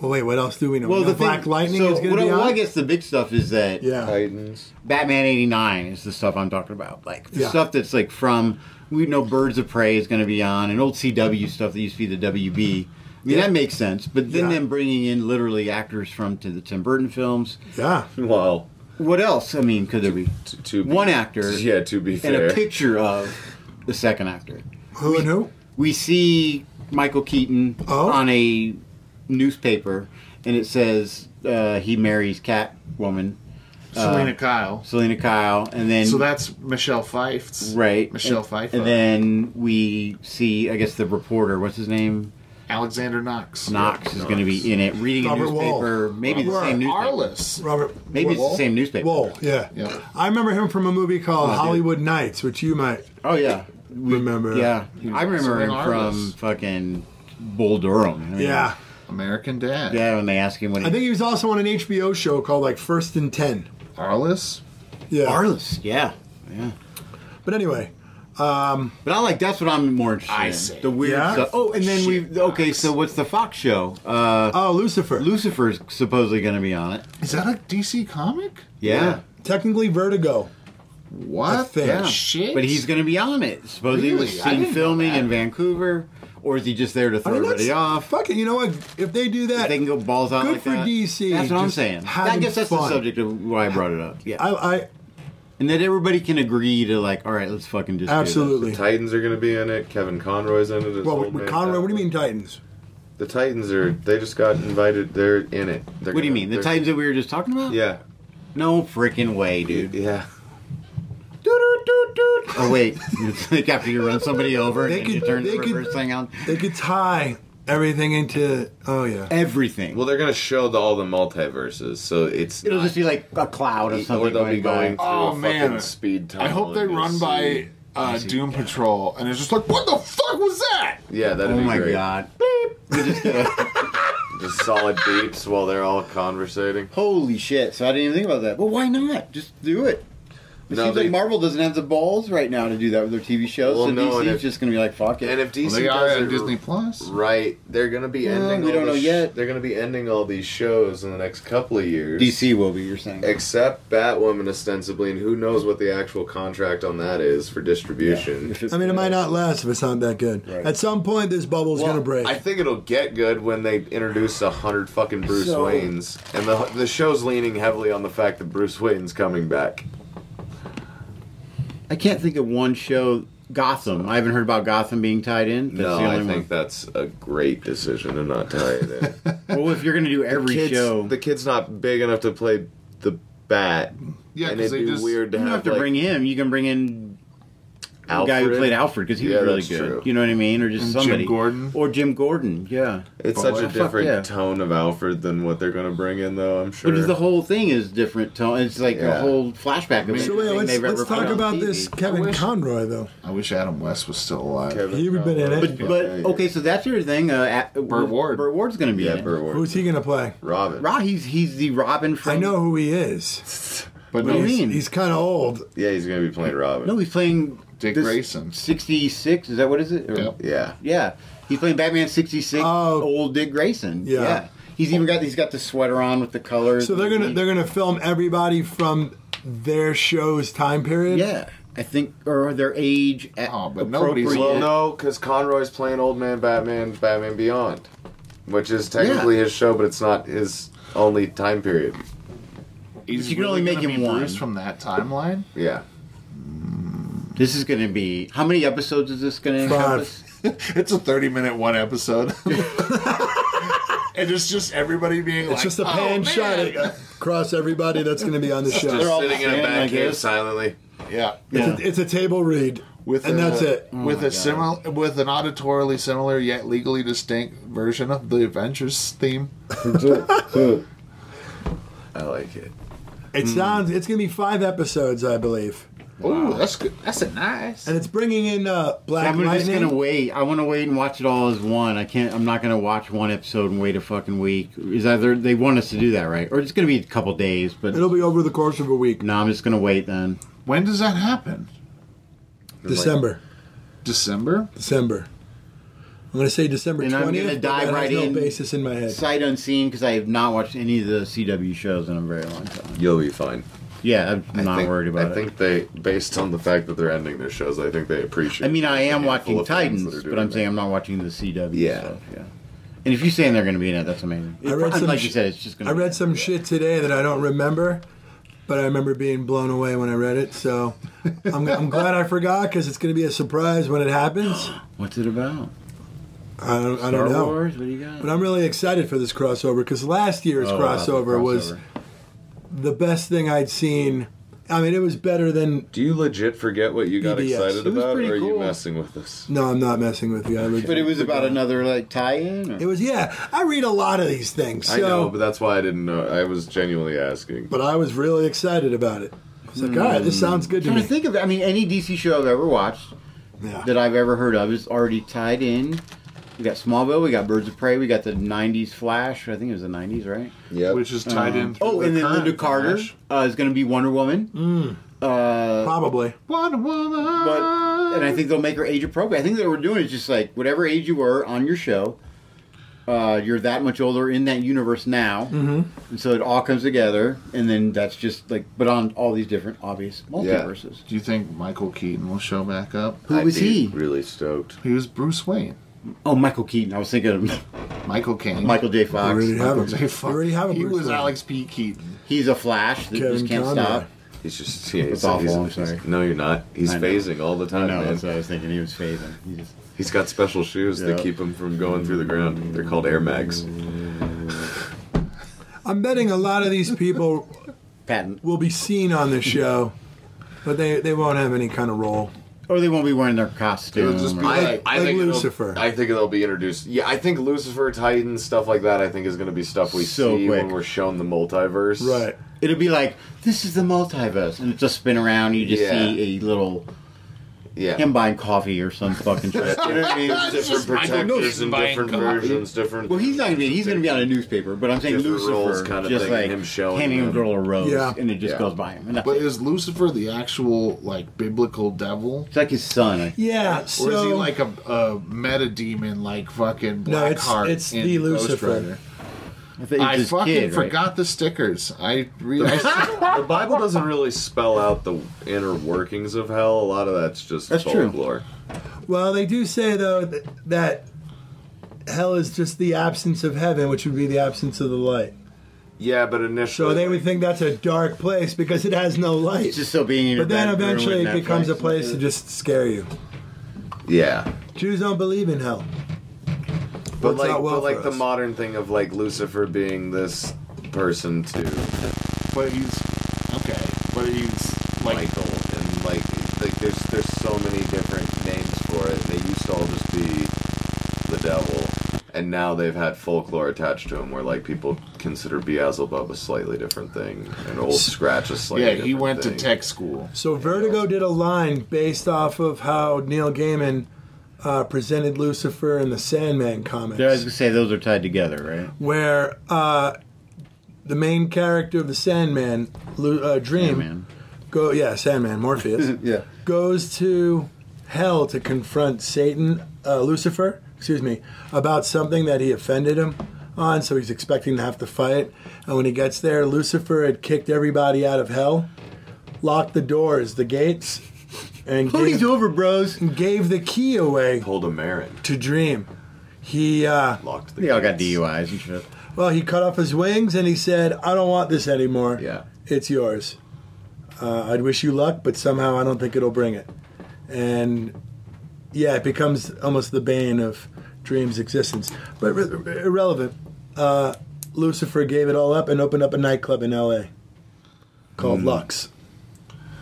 Well, wait. What else do we know? we know Black Lightning
so
is going
what
to
I-
be
well, I
on.
guess the big stuff is that
Yeah.
Titans.
Batman '89 is the stuff I'm talking about, like the
Yeah.
stuff that's like from we know Birds of Prey is going to be on, and old CW
Mm-hmm.
stuff that used to be the WB. I mean, that makes sense, but then
Yeah.
them bringing in literally actors from to the Tim Burton films.
Yeah.
Well,
What else? I mean, could there be
to, to be-
one
<laughs>
actor?
Yeah, to be
and
fair.
a picture of the second actor.
Who and who?
We see Michael Keaton
Oh.
on a newspaper, and it says uh, he marries Catwoman,
Selena Kyle.
Selena Kyle, and then
So that's Michelle Fife's.
right
Michelle
and,
Pfeiffer.
and then we see I guess the reporter, what's his name,
Alexander Knox.
Knox is going to be in it, reading a
Robert Wall.
newspaper, maybe the
Robert
same newspaper,
Arliss.
Robert.
maybe it's
Wall.
the same newspaper.
Whoa. Yeah.
Yeah.
I remember him from a movie called
dude.
Hollywood Nights, which you might
Oh yeah, We-
remember.
yeah. I remember him
Selena
from
Arliss.
fucking Bull Durham. I mean,
Yeah.
American Dad.
Yeah, when they ask him what he
I think he was also on an HBO show called like First and Ten.
Arliss.
Yeah.
Arliss, yeah, yeah.
But anyway,
But I like that's what I'm more interested
I
in.
see.
The weird
Yeah?
stuff. Oh, and then
Shit,
we okay. So what's the Fox show? Uh,
oh Lucifer.
Lucifer's supposedly going to be on it.
Is that a DC comic?
Yeah,
Technically Vertigo. I
What
think.
the
Yeah.
shit?
but he's going to be on it. Supposedly he was
Really? I
seen
didn't know
filming
that.
in Vancouver, or is he just there to
I
throw
mean, that's
everybody off?
fucking. You know what? If they do
If
that,
they can go balls out
Good
like
for
that.
DC,
That's what I'm
just
saying. I
having
guess that's the
fun.
subject of why I brought it up. Yeah,
I, I
and that everybody can agree to like, all right, let's fucking just do this.
absolutely.
Titans are gonna be in it. Kevin Conroy's in it. as
Well,
Old Man
Conroy. What do you mean Titans?
The Titans are. They just got invited. They're in it. They're
What do you
gonna-
mean? The
they're-
times that we were just talking about?
Yeah.
No freaking way, dude.
Yeah.
Oh wait,
<laughs>
it's like after you run somebody over
They
and then you
could-
turn the
they could-
reverse thing on.
They could tie everything into. Oh yeah.
Everything.
Well, they're gonna show the, all the multiverses, so it's.
It'll
not-
just be like a cloud of something
or they'll
going,
be going
by.
through
Oh,
a
man.
fucking speed tunnel.
I hope they
and you'll
run by
see-
uh, Doom Patrol and it's just like, what the fuck was that?
Yeah, that'd
Oh
be
my
great.
god! Beep. We just get a-
Just solid beats while they're all conversating.
Holy shit! So I didn't even think about that. But why not? Just do it. It
No,
seems
they-
like Marvel doesn't have the balls right now to do that with their TV shows.
Well,
so
no,
DC's
and if-
just gonna be like, fuck it.
And if DC
Well, they are
does
on
it
Disney Plus.
right, they're gonna be
Well,
ending.
we
all
don't
the
know
sh-
yet.
They're gonna be ending all these shows in the next couple of years.
DC will be, you're saying.
Except Batwoman, ostensibly, and who knows what the actual contract on that is for distribution.
If it's-
I mean, it might not last if it's not that good.
Right.
At some point, this bubble's
Well,
gonna break.
I think it'll get good when they introduce a hundred fucking Bruce
So-
Waynes, and the the show's leaning heavily on the fact that Bruce Wayne's coming back.
I can't think of one show. Gotham. I haven't heard about Gotham being tied in. That's
no,
the
I
only
think
one.
that's a great decision to not tie
<laughs>
it in.
Well, if you're gonna do every
Kids-
show,
the kid's not big enough to play the bat.
Yeah,
and
'cause
it'd
they
be
just-
weird to
you don't
have,
have to
like,
bring him. You can bring in
Alfred.
the guy who played Alfred because he
Yeah,
was really
that's
good.
true.
You know what I mean? Or just
And Jim
somebody.
Gordon.
Or Jim Gordon. Yeah.
It's
But
such a
what-
fuck
different
yeah.
tone of Alfred than what they're going to bring in, though. I'm sure.
But the whole thing is different. Tone. It's like a
Yeah.
whole flashback of
so yeah,
everything
let's,
they've
let's
ever put
talk
on
about
TV.
this Kevin
wish-
Conroy though.
I wish Adam West was still alive.
Kevin
He would've been in
Conroy.
it.
But but okay, so that's your thing. Uh, at,
Burt Ward.
Burt Ward's going to be
yeah,
in it.
Burt Ward.
Who's he gonna play?
Robin.
Ra, he's he's the Robin from.
I know who he is.
But
What do
no,
you
He's,
mean?
he's kind of old.
Yeah, he's going to be playing Robin.
No, he's playing
Dick
this-
Grayson.
66. Is that what is it? Or-
Yep.
Yeah.
Yeah, he's playing Batman 66.
Oh.
old Dick Grayson.
Yeah.
He's even got he's got the sweater on with the colors.
So they're gonna they're gonna film everybody from their show's time period?
Yeah. I think, or their age. At oh, but
Nobody's well, no, because Conroy's playing Old Man Batman, Batman Beyond, which is technically his show, but it's not his only time period.
He's really gonna be Bruce from that timeline. <laughs>
Yeah.
This is going to be how many episodes is this going to encompass?
it's a thirty-minute one episode, and it's just everybody being
It's
like,
just a
"Oh,
pan
man."
shot across everybody that's going to be on the
Just
show.
sitting in a
cave
silently.
Yeah,
It's, a, it's a table read,
with
and
a-
uh,
that's it.
With a similar, with an auditorily similar yet legally distinct version of the Avengers theme.
I like it.
It
mm.
sounds. It's going to be five episodes, I believe.
Ooh, that's good. That's a nice.
And it's bringing in uh, Black
I'm
Lightning.
just gonna wait. I want to wait and watch it all as one. I can't. I'm not gonna watch one episode and wait a fucking week. Is either they want us to do that, right? Or it's gonna be a couple days. But
It'll be over the course of a week.
no, I'm just gonna wait then.
When does that happen?
December.
December.
December. I'm going to say December
And
20th.
I'm gonna
but
dive
that has
right
no
in.
basis in my head.
Sight unseen because I have not watched any of the CW shows in a very long time.
You'll be fine.
Yeah, I'm
I
not
think-
worried about
I
it.
think they, based on the fact that they're ending their shows, I think they appreciate.
I mean, I am
the handful
watching
of things that
Titans,
are
but
doing
I'm
that.
saying I'm not watching the CW.
Yeah,
stuff, yeah. And if you're saying they're going to be in it, that's amazing.
I read some
like you
sh-
said, it's just going
I
to.
read some shit today that I don't remember, but I remember being blown away when I read it. So I'm, I'm glad I forgot because it's going to be a surprise when it happens.
What's it about?
I don't, I
Star
don't know.
Wars. What do you got?
But I'm really excited for this crossover because last year's
Oh, wow, the
crossover, was the best thing I'd seen. I mean, it was better than.
Do you legit forget what you got
BBS.
excited
E It was
about, or
pretty
are you
cool.
messing with us?
No, I'm not messing with you. I would,
But it was about another like tie-in. Or?
It was yeah. I read a lot of these things. So,
I know, but that's why I didn't know. I was genuinely asking.
but I was really excited about it. I was like, all right, this sounds good to
Hmm. trying
me.
to think of. I mean, any DC show I've ever watched
Yeah.
that I've ever heard of is already tied in. We got Smallville. We got Birds of Prey. We got the '90s Flash. I think it was the '90s, right?
Yeah,
Which is tied in. through
Oh,
the
and then
current
Linda Carter
Flash.
uh, is going to be Wonder Woman.
Mm.
Uh,
Probably.
Wonder Woman.
But
Um.
and I think they'll make her age appropriate. I think they were doing it just like whatever age you were on your show, uh, you're that much older in that universe now, mm-hmm. and so it all comes together. And then that's just like, but on all these different obvious multiverses.
Do you think Michael Keaton will show back up?
Who was he?
Really stoked.
He was Bruce Wayne.
Oh, Michael Keaton. I was thinking of <laughs>
Michael Caine. <laughs>
Michael J. Fox.
Really? have
Michael
him.
J. Fox.
You already have a
He
Bruce
was
Wayne.
Alex P. Keaton.
He's a Flash that
Kevin
just can't
Conroy.
stop.
He's just. Yeah,
It's
he's-
awful,
he's-
I'm sorry.
he's- no, you're not. He's
I know.
phasing all the
I
time,
know.
man.
That's what I was thinking. He was phasing. He just-
He's got special shoes
Yeah.
that keep him from going through the ground. They're called Air Mags.
I'm betting a lot of these people
patent,
will be seen on this show, but they, they won't have any kind of role.
or they won't be wearing their costume.
It'll just be
or-
like-
like
it'll-
Lucifer.
I think they'll be introduced. Yeah, I think Lucifer, Titan, stuff like that. I think is going to be stuff we
So
see
quick.
when we're shown the multiverse.
It'll be like this is the multiverse, and it just spin around. You just
Yeah.
see a little
Yeah.
him buying coffee or some fucking shit.
<laughs> You know what <laughs> I mean? different protectors and different versions, different.
Well, he's not gonna be. He's gonna be on a newspaper, but I'm saying
Different
Lucifer,
roles kind of
just
thing,
like
him showing
handing a
them.
girl a rose,
Yeah.
and it just
Yeah.
goes by him. And that's
But
it.
is Lucifer the actual like biblical devil,
it's like his son. I-
Yeah.
or is he
So
like a, a meta demon like fucking
No,
Blackheart?
it's- it's
in
the
Ghost
Lucifer.
Rider?
I, think
I
it's his
fucking
kid, right?
forgot the stickers. I
<laughs>
realized
the Bible doesn't really spell out the inner workings of hell. A lot of that's just
That's true.
folklore.
well, they do say though th- that hell is just the absence of heaven, which would be the absence of the light.
Yeah, but initially,
So they would think that's a dark place because it has no light.
It's just so being. in your
But then
bedroom
eventually
with
it becomes
Netflix
a place to
and-
just scare you.
yeah.
Jews don't believe in hell.
But
Works
like,
out well
but like
for
the
us.
modern thing of like Lucifer being this person to
but he's okay. But he's like
Michael, and like, like there's there's so many different names for it. They used to all just be the devil, and now they've had folklore attached to him, where like people consider Beelzebub a slightly different thing, and Old Scratch a slightly
yeah. He
different
went
thing.
to tech school.
So Vertigo did a line based off of how Neil Gaiman uh, presented Lucifer in the Sandman comics.
I was gonna say those are tied together, right?
where uh, the main character of the Sandman, Lu- uh, Dream,
Sandman.
go yeah, Sandman Morpheus,
Yeah.
goes to hell to confront Satan, uh, Lucifer, excuse me, about something that he offended him on. So he's expecting to have to fight, and when he gets there, Lucifer had kicked everybody out of hell. locked the doors, the gates, and
Party's
over, bros. And gave the key away. Hold
a Marin
to Dream. He uh,
locked.
They all got DUIs and shit.
Well, he cut off his wings and he said, "I don't want this anymore.
Yeah,
it's yours. Uh, I'd wish you luck, but somehow I don't think it'll bring it." And yeah, it becomes almost the bane of Dream's existence, but ir- irrelevant. Uh, Lucifer gave it all up and opened up a nightclub in L.A. called Lux.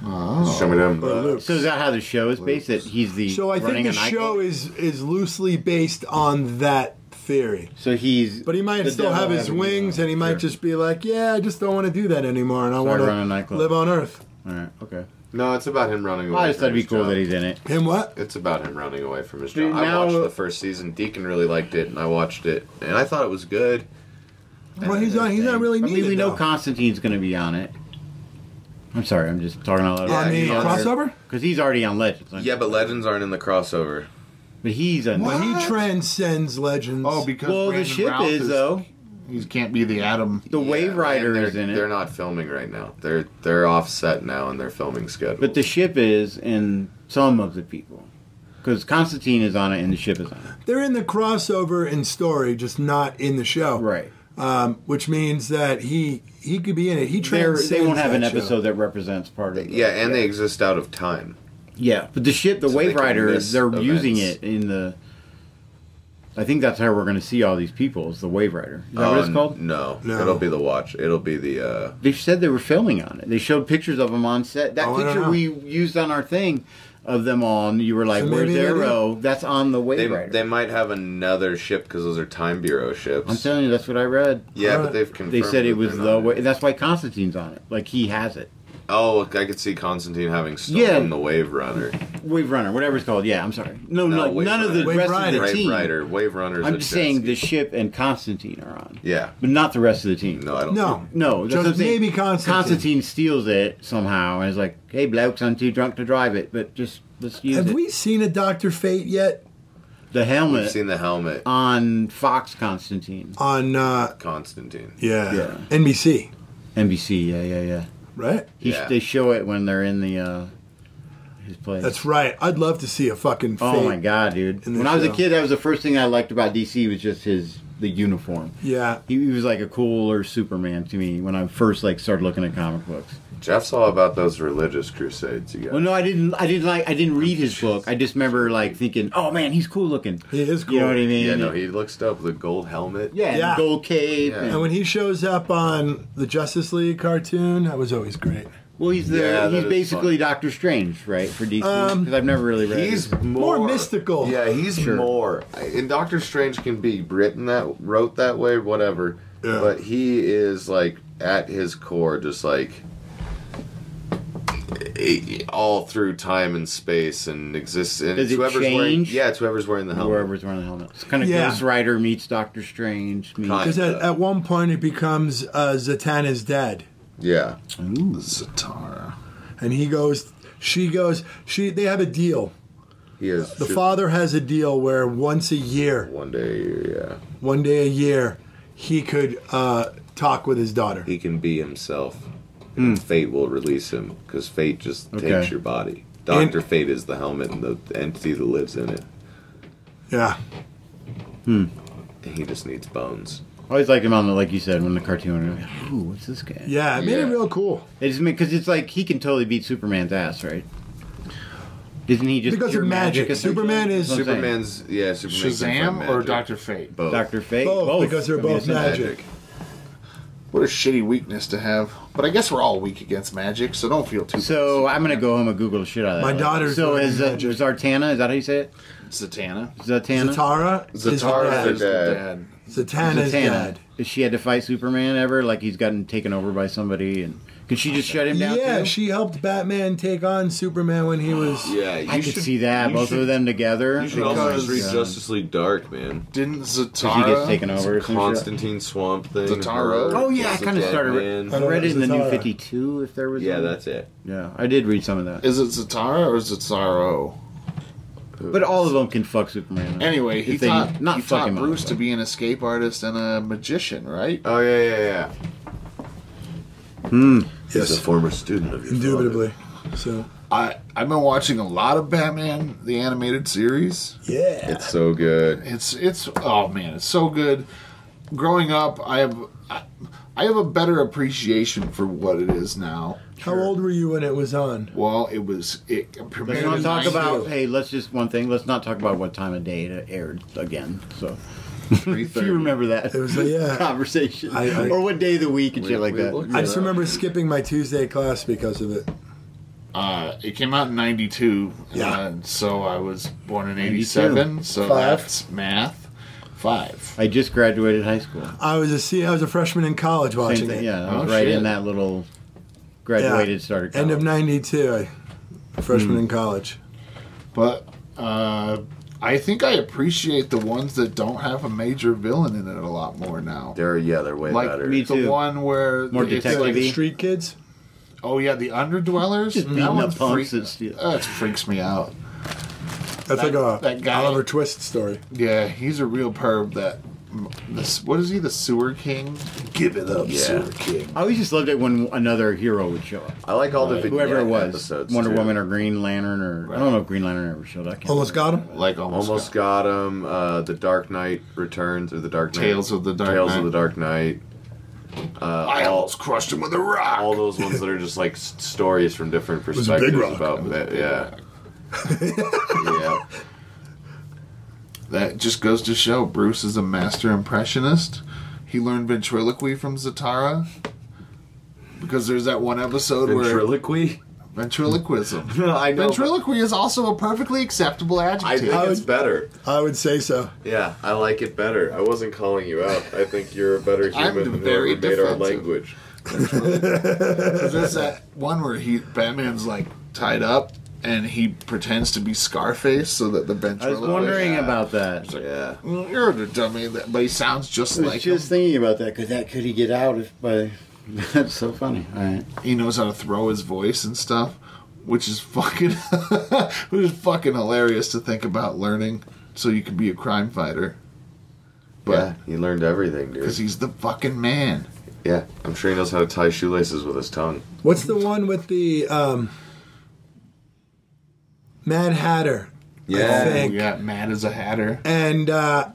Show me them. uh,
Or Lux.
Hmm. Uh, So is that how the show is based? That he's the
So I
running
think the
a nightclub?
show is is loosely based on that theory.
So he's
But he might
the
still have
devil
his
having-
wings, and he might just be like, "Yeah, I just don't want to do that anymore, and I
So I run a
want to
nightclub."
live on Earth."
All right. Okay.
No, it's about him running away.
I just thought
from
it'd be
his
cool
job.
that he's in it.
Him what?
It's about him running away from his
Dude,
job. I
now-
watched the first season. Deacon really liked it, and I watched it, and I thought it was good.
Well, he's not. He's not really
I mean,
needed.
we know
though.
Constantine's going to be on it. I'm sorry, I'm just talking out loud.
I mean, crossover.
Because he's already on Legends.
Yeah, but Legends aren't in the crossover.
But he's on.
But he transcends legends.
Oh, because
Well,
Brandon
the ship
Routh
is, though.
He can't be the Atom.
The Wave Rider
And
is
they're,
in
They're
it.
not filming right now. They're they're offset now, and they're filming schedule.
But the ship is in some of the people. Because Constantine is on it and the ship is on it.
They're in the crossover in story, just not in the show.
Right.
Um, which means that he he could be in it. He
They're,
transcends.
they won't have an
that show.
episode that represents part of it.
yeah, and they exist out of time.
Yeah, but the ship, the
So they
Wave
can
Rider,
miss
they're
events.
using it in the. I think that's how we're going to see all these people is the Wave Rider. Is that what it's
n-
called?
No,
No.
it'll be the watch. It'll be the. uh
They said they were filming on it. They showed pictures of them on set. That
Oh, I don't
picture
know.
we used on our thing of them all, and you were like,
So
"Where's
maybe they do.
Arrow?" That's on the Wave
They,
Rider.
they might have another ship because those are time bureau ships.
I'm telling you, that's what I read.
yeah,
Alright.
but they've confirmed.
They said
that
it was
they're
the
not.
way. That's why Constantine's on it. Like he has it.
Oh, look, I could see Constantine having stolen
Yeah.
the Wave Runner.
Wave Runner, whatever it's called. Yeah, I'm sorry. No,
No,
no,
Wave
Oh, none of the
Rider.
Wave
rest
Rider.
of the
Wave
team.
Rider, Wave Runners.
I'm
a
just
jet
saying
ski.
the ship and Constantine are on,
Yeah.
but not the rest of the team.
No, I don't.
No,
No, that's
Just
what I'm saying.
maybe Constantine.
Constantine steals it somehow and is like, "Hey, blokes, I'm too drunk to drive it, but just let's use
Have
it."
we seen a Doctor Fate yet
the
We've
helmet
seen the helmet,
on Fox Constantine,
on? Uh,
Constantine.
yeah,
Yeah.
NBC,
NBC. Yeah, yeah, yeah.
right?
He,
Yeah.
They show it when they're in the uh, his place.
That's right. I'd love to see a fucking. Fate.
oh my god, dude!
in the
When I was a
show.
kid, that was the first thing I liked about DC was just his the uniform.
Yeah,
He, he was like a cooler Superman to me when I first like started looking at comic books.
Jeff's all about those religious crusades you got.
Well, no, I didn't. I didn't like. I didn't read his book. I just remember like thinking, "Oh man, he's cool looking."
he is cool.
You know what I mean?
yeah, no, he looks up the gold helmet.
Yeah, and
Yeah.
gold cape.
Yeah.
and-
And when he shows up on the Justice League cartoon, that was always great.
well, he's the
Yeah, that
he's
is
basically
fun.
Doctor Strange, right? For DC, because
Um,
I've never really read.
He's
it.
more,
mystical.
Yeah, he's
Sure.
more. And Doctor Strange can be written that wrote that way, whatever.
Yeah.
But he is like at his core, just like all through time and space and exists. And
Does
it's
it
whoever's wearing,
change?
yeah, it's whoever's wearing the helmet.
whoever's wearing the helmet. It's kind of
Yeah.
Ghost Rider meets Doctor Strange meets.
Kind.
Because at,
Uh,
at one point it becomes uh, Zatanna's dead,
Yeah,
Ooh, Zatara.
and he goes, she goes, she. They have a deal.
he is
The
shoot-
father has a deal where once a year,
One day, yeah,
one day a year, he could uh, talk with his daughter.
he can be himself. And fate will release him because fate just takes
Hmm. Okay.
your body. Doctor Fate is the helmet and the entity that lives in it.
Yeah,
He just needs bones.
I always liked him on the like you said when the cartoon. I'm like, Ooh, what's this guy?
yeah. It made
Yeah.
it real cool
They just because it's like he can totally beat Superman's ass, right? Isn't he just
because
pure
of magic.
or something?
Superman is
That's what I'm saying.
Superman's yeah, Superman's
Shazam
different
or
magic.
Doctor Fate?
Both.
Doctor Fate.
Both, because they're
I mean,
both
it's not-
magic.
What a shitty weakness to have. But I guess we're all weak against magic, so don't feel too.
So I'm gonna go home and Google the shit out of that.
My
later.
daughter's
So
learning
is uh,
magic.
Zartana? Is that how you say it?
Satana.
Zatanna.
Zatara. is
Zatara
dead.
is- dad.
dad.
Zatanna's
Zatanna.
dead.
Has She had to fight Superman ever. Like he's gotten taken over by somebody, and could she just shut him down?
Yeah,
too?
she helped Batman take on Superman when he was.
Yeah, you
I
should
could see that
you
both
should-
of them together. Oh,
you should
You also just read
Because-
Justice League Dark, man.
Didn't Zatara?
So she gets taken over. or some shit?
Constantine Swamp thing.
Zatara.
her,
Oh yeah, I
it's a
kind of
dead
started.
man.
I read it in the New
Zatanna.
Fifty Two. If there was.
Yeah,
one.
that's it.
Yeah, I did read some of that.
Is it Zatara or Zataro?
But all of them can fuck Superman. up.
Anyway, he
If they-
taught
not
he
fuck
taught
him up,
Bruce to
but-
be an
Oh,
escape artist and a magician, right?
Oh yeah, yeah, yeah.
He's a former student of your
Indubitably. So
I I've been watching a lot of Batman the animated series.
Yeah,
it's so good.
It's it's oh man, it's so good. Growing up, I have I, I have a better appreciation for what it is now.
how old were you when it was on?
Well, it was it premiered.
Let's
in
not talk
92.
about. Hey, let's just one thing. Let's not talk about what time of day it aired again. <laughs> So, if you remember that
It was a- yeah.
<laughs> conversation,
I- I-
or what day of the week and shit like that.
I just remember skipping my Tuesday class because of it.
Uh, it came out in '92.
Yeah.
and so I was born in
92.
'87. So
Five.
that's math. Five.
I just graduated high school. Same
I was a see, I was a freshman in college watching
thing,
it.
yeah, I
Oh,
was right
shit.
in that little
Yeah.
graduated starter.
End of
college.
'92, I freshman
Hmm.
in college.
But uh, I think I appreciate the ones that don't have a major villain in it a lot more now.
They're yeah, they're way
like
better.
Me
the
too.
one where
More
it's
detective-y.
like
Me?
Street kids.
Oh yeah, the underdwellers.
Just beating
that one
up punks and
freaks,
steal-
that freaks me out.
That's
That-
like a
that guy-
Oliver Twist story.
Yeah, he's a real perv. That this, what is he? The sewer king? Give it up,
Yeah.
sewer king.
I always just loved it when another hero would show up.
I like all the vignette
Whoever it was,
episodes.
Wonder
too.
Woman or Green Lantern, or I don't know if Green Lantern ever showed. up. I can't
Almost got him.
Like almost,
almost
got-
got him. Uh, the Dark Knight Returns or the Dark Knight.
Tales of the Dark
Tales
Knight.
of the Dark Knight.
I almost crushed him with a rock.
All those ones that are just like s- stories from different
was a big
perspectives
rock.
about that.
<laughs>
Yeah, yeah.
That just goes to show Bruce is a master impressionist. He learned ventriloquy from Zatara. Because there's that one episode where
Ventriloquy.
<laughs>
ventriloquism.
I know.
Ventriloquy is also a perfectly acceptable
I
adjective.
think it's better.
I would say so.
Yeah, I like it better. I wasn't calling you out. I think you're a better
I'm
human than
very
whoever made our
defensive.
language.
There's that one where he Batman's like tied up and he pretends to be Scarface so that the
I was
ventriloquist.
wondering about that.
Yeah.
Mm, You're the dummy, that- but he sounds just
I was
like
just
him.
thinking about that because that could he get out if by. <laughs> That's so funny. All right.
He knows how to throw his voice and stuff, which is fucking, <laughs> which is fucking hilarious to think about learning so you can be a crime fighter.
Yeah,
But
he learned everything, dude.
because he's the fucking man.
Yeah, I'm sure he knows how to tie shoelaces with his tongue.
What's the one with the um, Mad Hatter? I think.
oh, yeah, mad as a hatter.
And uh,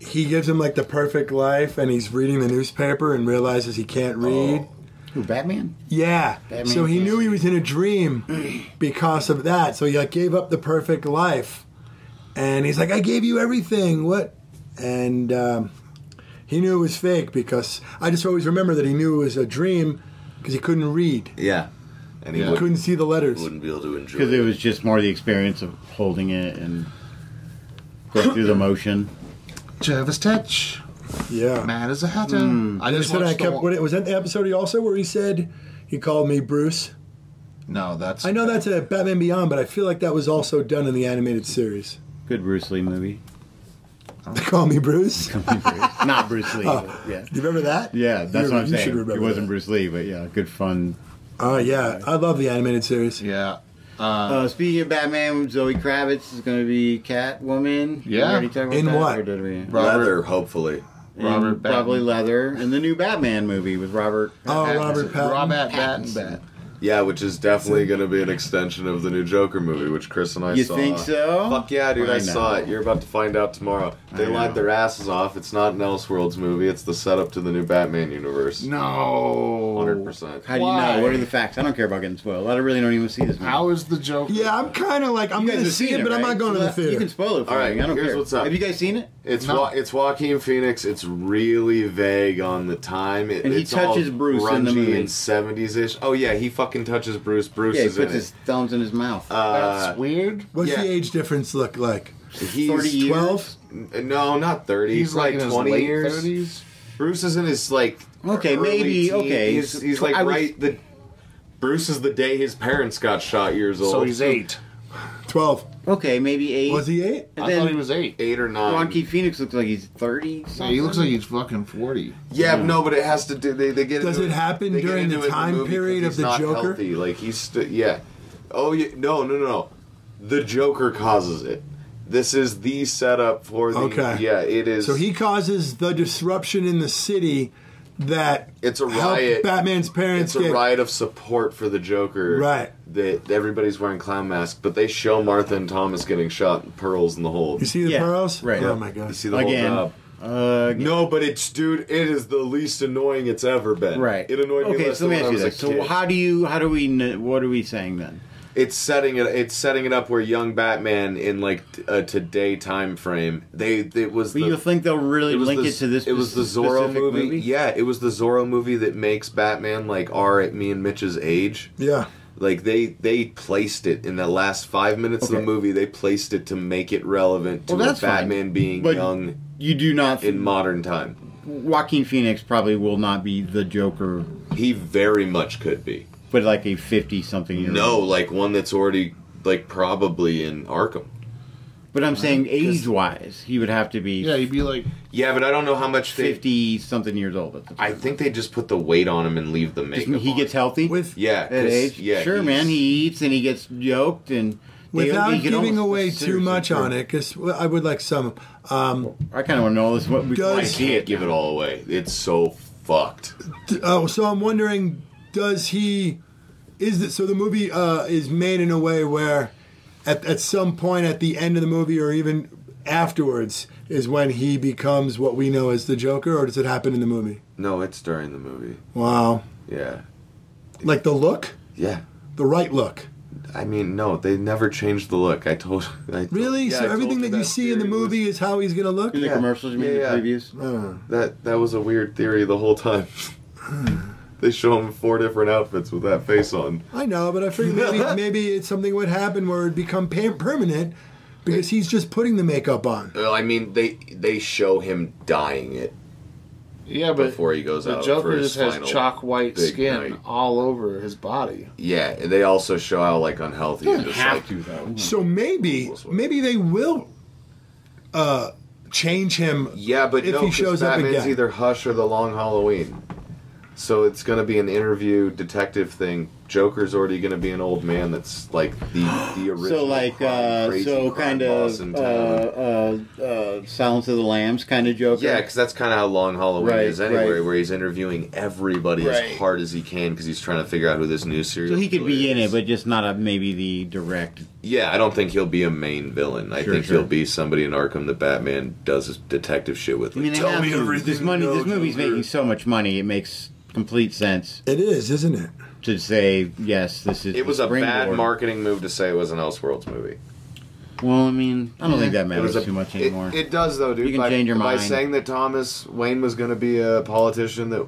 he gives him like the perfect life, and he's reading the newspaper and realizes he can't read.
Who, Batman?
Yeah.
That
so
man
he
can't
knew he was in a dream <clears throat> because of that. So he like gave up the perfect life, and he's like, "I gave you everything. What?" And um, he knew it was fake because I just always remember that he knew it was a dream because he couldn't read,
Yeah,
And he
Yeah.
would,
couldn't see the letters.
wouldn't be able to enjoy.
Because it was just more the experience of holding it and going through the motion.
Jervis Tetch,
Yeah.
mad as a hatter. I
I
just
said I
watched the
kept.
one-
Hmm. what- Was that the episode he also where he said he called me Bruce?
No, that's
I know that's a Batman Beyond, but I feel like that was also done in the animated series.
Good Bruce Lee movie. <laughs>
They <laughs> call me Bruce. Do
Not Bruce Lee. but
<laughs>
yeah.
you remember that?
Yeah, that's
You-
what
you
I'm
should
saying.
remember
It
that.
wasn't Bruce Lee, but yeah, good fun.
Oh yeah, I love the animated series.
yeah.
Uh-huh.
Uh, speaking of Batman, Zoe Kravitz is going to be Catwoman. Did we
Yeah.
already talk about
In
that,
what?
or did we?
leather, hopefully.
In
Robert Pattinson.
probably Leather in the new Batman movie with Robert.
Oh, Robert Pattinson.
Robert Pattinson.
yeah, which is definitely going to be an extension of the new Joker movie, which Chris and I
You
saw.
think so?
Fuck yeah, dude! I,
I
saw
know.
it. You're about to find out tomorrow. They
I
lied
know.
their asses off. It's not an Elseworlds movie. It's the setup to the new Batman universe.
No.
Hundred percent.
How do you
Why?
know? What are the facts? I don't care about getting spoiled. I really don't even see this movie.
How is the joke?
Yeah, I'm kind of like I'm
You guys
gonna
have
see
seen
it, but I'm
right?
not going to
So
the
that- You
theater.
can spoil it for
All right,
me. I don't
here's
care.
what's up.
Have you guys seen it?
It's
No.
Wa- it's Joaquin Phoenix. It's really vague on the time. It,
And he
it's
touches
all
Bruce in the
grungy
movie.
and seventies ish. Oh yeah, he fucking touches Bruce. Bruce
yeah, he
is in
puts his thumbs in his mouth.
it. Uh,
That's weird.
What's
Yeah.
the age difference look like?
he's
30 years.
Twelve.
N- No, not thirty. He's, like,
in his
twenty
late
years.
30s.
Bruce is in his like
Okay,
early
maybe-
teen-
okay.
He's, he's
So
like
I was-
right the. Bruce is the day his parents got shot. Years old.
So he's eight.
Twelve.
okay, maybe eight.
Was he eight?
And
I thought he
then
was eight.
eight or nine.
Rocky Phoenix looks like he's thirty.
Yeah, he looks like he's fucking forty.
Yeah, no, but it has to do. They, they get.
Does
into
it happen
they get
during
into
the
it in
time
movie 'cause
period of
he's
the
not
Joker?
Healthy. Like he's st- yeah. Oh yeah, no, no, no, no. The Joker causes it. This is the setup for the.
Okay.
Yeah, it is.
So he causes the disruption in the city that
It's a
helped
riot.
Batman's parents
It's a
get
riot of support for the Joker.
Right.
That everybody's wearing clown masks, but they show Martha and Thomas getting shot and pearls in the hole.
You see the Yeah. pearls? Right. Oh my God.
You see the
Again.
whole job.
Uh,
no, but it's dude. It is the least annoying it's ever been.
Right.
It annoyed me
okay,
less
so
than
let me
when I
ask you
was a
this. So
kid.
how do you how do we kn- what are we saying then?
it's setting it. It's setting it up where young Batman in like t- a today time frame. They it was.
But
the,
you think they'll really
was
link
the-
it to this
It was the
spec-
Zorro
specific
movie.
movie?
Yeah, it was the Zorro movie that makes Batman like are at me and Mitch's age.
Yeah.
Like they they placed it in the last five minutes of
Okay.
the movie. They placed it to make it relevant to
Well,
a
that's fine.
Batman being
But
young.
You do not
in modern time.
Joaquin Phoenix probably will not be the Joker.
He very much could be.
But like a fifty something year
No,
old.
like one that's already like probably in Arkham.
But I'm saying age wise, he would have to be
Yeah, you'd be like
Yeah, but I don't know how much they.
fifty something years old at the time.
I think they just put the weight on him and leave the
Just-
makeup.
he gets healthy
with
Yeah,
that
'cause-
age.
yeah,
sure,
he's-
man. He eats and he gets yoked and they-
without
he could
giving
almost-
away too
seriously,
much
sure.
on it because I would like some. Um,
I kind of want to know this. What we
Does-
I
I
see
can't
it.
give it all away. It's so fucked.
d- oh, so I'm wondering, does he? Is that so? The movie uh, is made in a way where, at at some point at the end of the movie or even afterwards, is when he becomes what we know as the Joker, or does it happen in the movie?
No, it's during the movie.
Wow,
Yeah.
like the look,
Yeah.
the right look.
I mean, no, they never changed the look. I told. I told-
Really?
Yeah, I
so
told
everything that you see in the movie is how he's gonna look.
In the
Yeah.
commercials, you mean
Yeah,
the
yeah.
previews?
Uh,
that that was a weird theory the whole time. they show him four different outfits with that face on.
I know, but I figured
<laughs>
maybe maybe it's something would happen where it'd become pa- permanent because he's just putting the makeup on.
Well, I mean, they they show him dying it
yeah, but
before he goes
the
out. for
Joker
his
just has
final
chalk white
big
skin
night.
all over his body.
Yeah, and they also show how like unhealthy.
Doesn't
just,
have
like,
to though.
So maybe maybe they will uh, change him.
Yeah, but
If
no,
he
'cause
shows up
Batman's
again.
either Hush or The Long Halloween. So it's going to be an interview detective thing. Joker's already going to be an old man that's like the
<gasps>
the original.
So like,
crime-
uh,
crazy
so
crime
kind
boss
of
in
uh,
town.
uh, uh, Silence of the Lambs kind of Joker.
Yeah, because that's kind of how Long Halloween
Right,
is anyway,
right.
where he's interviewing everybody
Right.
as hard as he can because he's trying to figure out who this new serial.
so he could
killer
be in it,
is.
but just not a, maybe the direct.
yeah, I don't think he'll be a main villain. I
Sure,
think
sure.
he'll be somebody in Arkham that Batman does his detective shit with.
I mean, they
Tell
have
me
to.
everything.
This
you
money,
know,
this movie's
Joker.
making so much money, it makes complete sense
It is, isn't it?
to say yes. This is.
It
the
was a bad
springboard.
marketing move to say it was an Elseworlds movie.
Well, I mean, I don't think that
It was
matters
a-
too much
it-
anymore.
It, does though, dude.
You can
by,
change your
by
mind.
saying that Thomas Wayne was going to be a politician that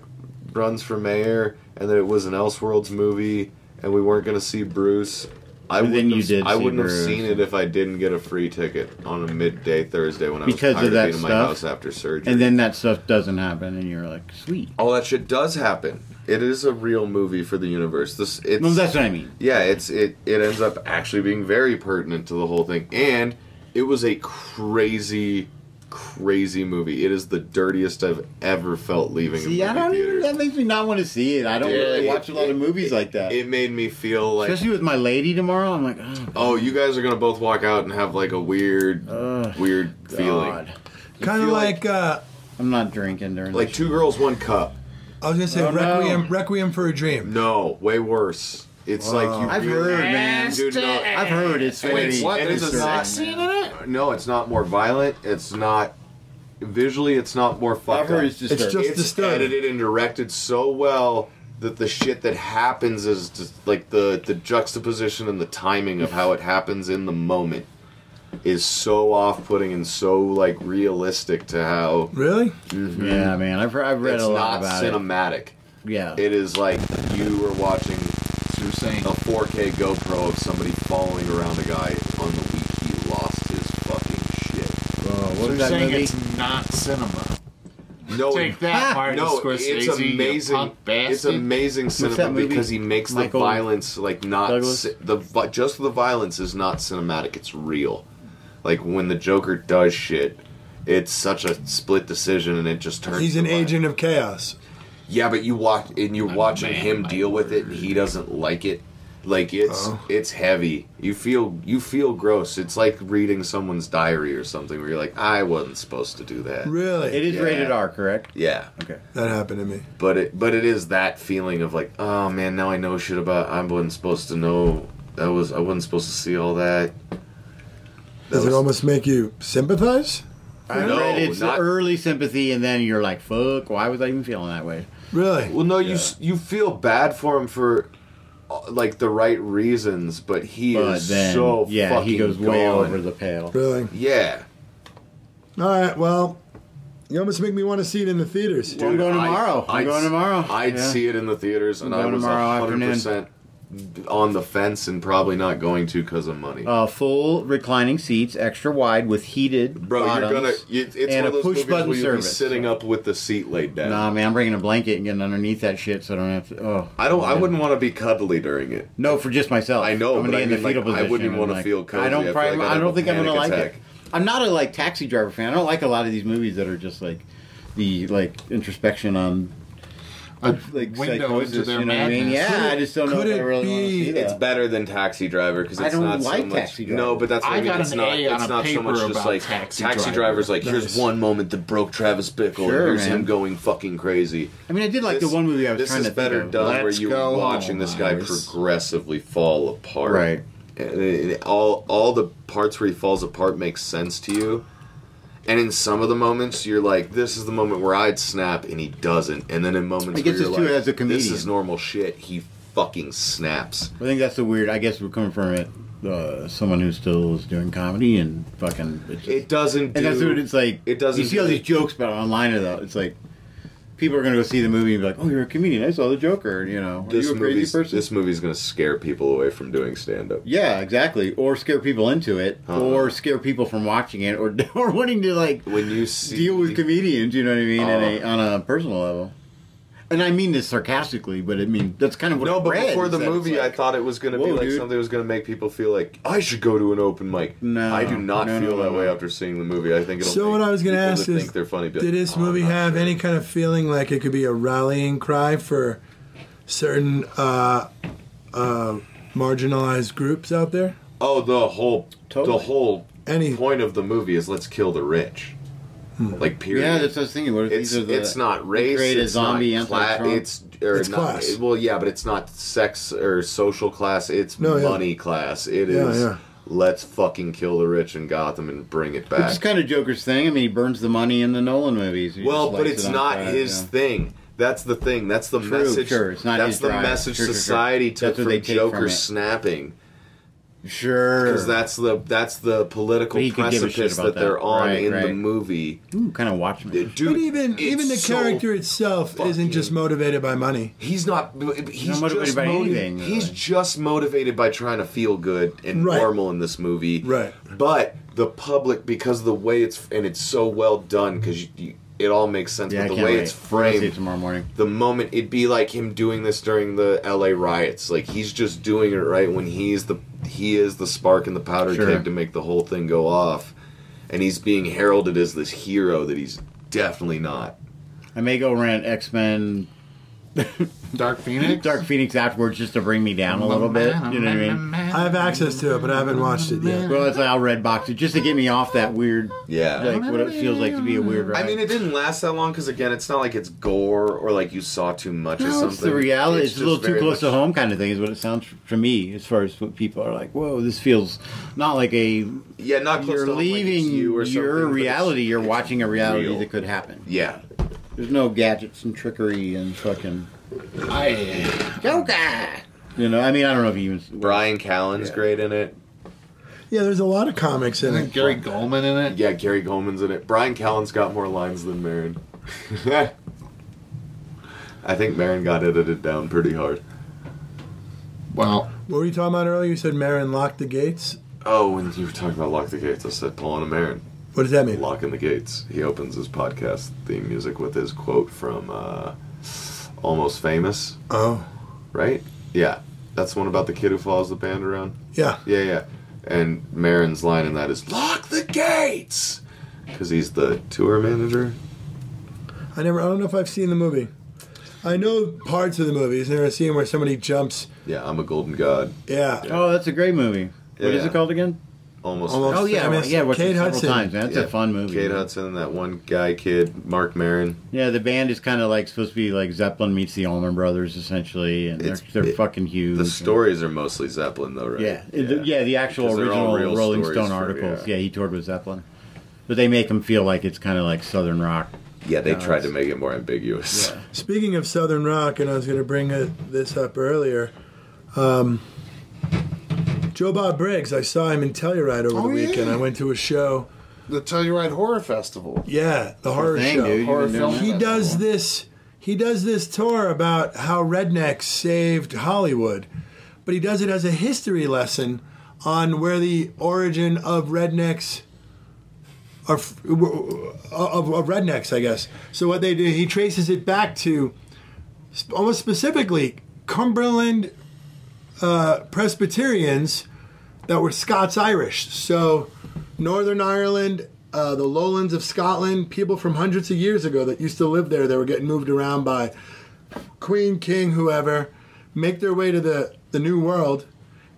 runs for mayor, and that it was an Elseworlds movie, and we weren't going to see Bruce. I
But then
wouldn't,
you
have,
did
I
see
wouldn't
Bruce.
have seen it if I didn't get a free ticket on a midday Thursday when I was
Because of
tired
that
being in my
stuff?
house after surgery.
and then that stuff doesn't happen, and you're like, sweet.
all that shit does happen. It is a real movie for the universe. This it's
No, that's what I mean.
yeah, it's it it ends up actually being very pertinent to the whole thing, and it was a crazy, crazy movie. It is the dirtiest I've ever felt leaving
See,
a
I
movie
don't
theater.
even. That makes me not want to see it. I don't
Yeah,
really
it-
watch a lot of
it-
movies like that.
it made me feel like,
Especially with my lady tomorrow, I'm like, oh,
oh, you guys are gonna both walk out and have like a weird,
Ugh,
weird feeling.
Uh, God.
Kind of
feel
like,
like-
uh,
I'm not drinking during
Like
this.
two girls, one cup.
I was gonna say
Oh, no.
Requiem Requiem for a Dream.
No, way worse. It's like you.
I've
really-
heard, man.
Dude, no,
I've heard it's
And
very.
it's- and it's not- No, it's not more violent. It's not visually. It's not more fucked
I've heard
up.
it's disturbing.
It's just-
it's
disturbing.
edited and directed so well that the shit that happens is just like the the juxtaposition and the timing of how it happens in the moment is so off-putting and so like realistic to how
Really?
yeah, man. I've heard, I've read
it's
a lot
not
about
cinematic.
it. Yeah.
It is like you are watching
So you're saying
a 4K GoPro of somebody following around a guy on the week he lost his fucking shit.
Whoa, what
so
was
you're
that
saying
movie?
it's not cinema.
No,
Take
<laughs>
that, Martin
no,
Scorsese.
it's
you
amazing.
punk bastard.
It's amazing
that
cinema
movie?
because he makes
Michael
the violence like not
Douglas?
ci- the vi- just the violence is not cinematic. It's real. Like when the Joker does shit, it's such a split decision, and it just turns.
He's an
to violence.
agent of chaos.
Yeah, but you watch and you're watching
man
him
of my
deal with it, and he doesn't like it. Like it's
Oh.
it's heavy. You feel you feel gross. It's like reading someone's diary or something where you're like, I wasn't supposed to do that.
Really? It is rated
R, correct? Yeah.
Okay.
That happened to me.
But it but it is that feeling of like, oh man, now I know shit about I wasn't supposed to know that was I wasn't supposed to see all that.
Does it almost make you sympathize?
I
No,
read it's
not-
early sympathy, and then you're like, "Fuck! Why was I even feeling that way?"
Really?
Well, no, you s- you feel bad for him for uh, like the right reasons, but he
But
is
then,
so
yeah,
fucking
he goes way
gone.
over the pale.
Really?
Yeah.
All right. Well, you almost make me want to see it in the theaters.
Dude, I- I'd s- I'd see it in the theaters, and
I'm
I
going
was
tomorrow
100% on the fence and probably not going to because of money.
Uh, full reclining seats, extra wide with heated
Bro,
bottoms,
you're gonna. You, it's
and
one of
a
those
push
movies
button
where you'll be
service.
sitting up with the seat laid down.
Nah, man, I'm bringing a blanket and getting underneath that shit, so I don't have to. Oh,
I don't. I wouldn't want to be cuddly during it.
No, for just myself. I know, I'm gonna
but
be
I
in
mean,
the fetal
like, I
position.
wouldn't
and,
wanna
like,
feel cozy.
I
I
don't.
feel
probably,
like I'd
I
have
don't
a
think I'm gonna
panic
like
attack.
it. I'm not a like taxi driver fan. I don't like a lot of these movies that are just like the like introspection on. like
window into
psychosis,
their
you know what I mean?
madness.
Yeah,
Could
I
it-
just don't know
could
if I
it
really want to see that.
It's better than Taxi Driver because
I
it's
don't
not so
like
much.
Taxi Driver.
No, but that's what
I
I mean.
got
It's
an
not.
A on
It's
a
not so
paper
much just
about
like
Taxi
Taxi,
Driver.
Driver's like
Nice.
here's one moment that broke Travis Bickle,
Sure,
and here's
man.
him going fucking crazy.
I mean, I did like
This-
the one movie I was
this
trying
is
to
better
think of.
done where
Let's
you
go
were watching
home,
this guy
Iris.
progressively fall apart.
Right.
And it- it- all all the parts where he falls apart make sense to you. And in some of the moments, you're like, "This is the moment where I'd snap," and he doesn't. And then in moments
I
where
guess
you're
it's too
like,
as a
"This is
comedian.
normal shit," he fucking snaps.
I think that's the weird. I guess we're coming from it. Uh, someone who still is doing comedy and fucking. It's
It doesn't.
and that's
do-
what it's like.
It doesn't.
You see all
do-
these jokes about online though. It's like people are gonna go see the movie and be like, "Oh, you're a comedian. I saw the Joker." You know, are
This
you a crazy
movie's
person?
this movie's gonna scare people away from doing stand up.
Yeah, exactly. Or scare people into it,
Huh.
or scare people from watching it, or <laughs> or wanting to like
when you see
deal with comedians. You know what I mean? in a,
Uh.
on a personal level. And I mean this sarcastically, but I mean that's kind of what.
No,
I
but
read,
before
is
the
that it's
movie,
like-
I thought it was going to be
Whoa,
like
dude.
something that was going to make people feel like I should go to an open mic.
No,
I do not
no,
feel
no,
that
no.
way after seeing the movie. I think it'll.
So
make
what I was going to
people
ask
that
is,
think they're funny. be
did
like,
this
"Oh,
movie
I'm not
have
sure."
any kind of feeling like it could be a rallying cry for certain uh, uh, marginalized groups out there?
Oh, the whole
Totally.
the whole point of the movie is let's kill the rich.
Hmm.
Like period.
Yeah, that's what I was thinking. What if
It's
these are the,
it's not race.
create a
It's
zombie
not class.
anti-Trump?
It's or
It's
not,
class.
Well, yeah, but it's not sex or social class. It's
No, yeah.
money class. It is.
Yeah, yeah.
Let's fucking kill the rich in Gotham and bring it
Which
back.
is kind of Joker's thing. I mean, he burns the money in the Nolan movies. He
Well,
just
but
lights
it's
it on
not
fire,
his
yeah.
thing. That's the thing. That's the
True,
message.
sure, it's not
that's
his
the
drive.
message
Sure, sure, sure.
society took
That's what
from
they take from
Joker
it.
snapping.
Sure,
Because that's the that's the political
But he could give a shit
precipice
about
that they're
that.
on
Right,
in the
right.
movie.
kind of watch me.
Dude,
but even even the
it's so
character itself isn't just motivated by money.
He's not. He's
motivated
just
by
motiv-
anything,
He's just motivated by trying to feel good and
Right.
normal in this movie.
Right.
But the public, because of the way it's and it's so well done, because you, you, it all makes sense.
Yeah,
but
I
the
can't
way
wait.
it's
I'll see it
framed
tomorrow morning.
the moment it'd be like him doing this during the LA riots. Like he's just doing it right when he's the he is the spark and the powder
Sure.
keg to make the whole thing go off. And he's being heralded as this hero that he's definitely not.
I may go rent X Men.
Dark Phoenix.
Dark Phoenix afterwards just to bring me down a little bit. You know what I mean?
I have access to it, but I haven't watched it yet.
Well, it's like I'll red box it just to get me off that weird.
Yeah.
Like what it feels like to be a weird. Ride.
I mean, it didn't last that long because again, it's not like it's gore or like you saw too much or
No,
something.
it's the reality. It's, a
just
little too
very
close
much-
to home, kind of thing, is what it sounds to me. As far as what people are like, whoa, this feels not like a.
Yeah, not close
You're
to home, like it's
leaving
you or something,
your
but it's-
reality. You're watching a reality
real.
that could happen.
Yeah,
There's no gadgets and trickery and fucking.
I,
Joker. You know, I mean, I don't know if you even.
Brian Callen's great in it.
Yeah, there's a lot of comics in
isn't
it.
Gary Goldman in it?
Yeah, Gary Goldman's in it. Brian Callen's got more lines than Marin. <laughs> I think Marin got edited down pretty hard.
Well,
What were you talking about earlier? You said Marin locked the gates.
Oh, when you were talking about Lock the Gates, I said Paul and Marin.
What does that mean?
Locking the Gates. He opens his podcast theme music with his quote from uh, Almost Famous,
Oh,
right? Yeah. That's the one about the kid who follows the band around.
yeah.
Yeah, yeah. And Marin's line in that is Lock the Gates! Because he's the tour manager.
I never. I don't know if I've seen the movie. I know parts of the movie. Is there a scene where somebody jumps?
Yeah, I'm a golden god.
Yeah.
Oh, that's a great movie. What is
Yeah.
it called again?
Almost.
Almost Oh, yeah, Famous. yeah, I watched it Kate several Hudson. times. That's a fun movie.
Mm-hmm.
Kate Hudson, that one guy kid, Mark Maron.
Yeah, the band is kind of like supposed to be like Zeppelin meets the Allman Brothers, essentially, and they're,
It's-
they're fucking huge.
Mm-hmm.
The stories are mostly Zeppelin, though, right?
Yeah, yeah, the, yeah, the actual
Because they're all
original
real
Rolling
stories
Stone
from-
articles. yeah. he toured with Zeppelin, but they make him feel like it's kind of like Southern rock.
Yeah, they
Uh,
tried to make it more ambiguous.
Speaking of Southern rock, and I was going to bring it, this up earlier. Um, Joe Bob Briggs, I saw him in Telluride over
Oh,
the weekend.
yeah.
I went to a show.
The Telluride Horror Festival.
Yeah, the horror
thing,
show.
dude. You've
Horror
been doing
film. He
that
does this. He does this tour about how rednecks saved Hollywood, but he does it as a history lesson on where the origin of rednecks are f- w- of, of rednecks, I guess. So what they do, he traces it back to sp- almost specifically Cumberland uh, Presbyterians that were Scots Irish. So Northern Ireland, uh, the lowlands of Scotland, people from hundreds of years ago that used to live there, they were getting moved around by queen, king, whoever, make their way to the, the new world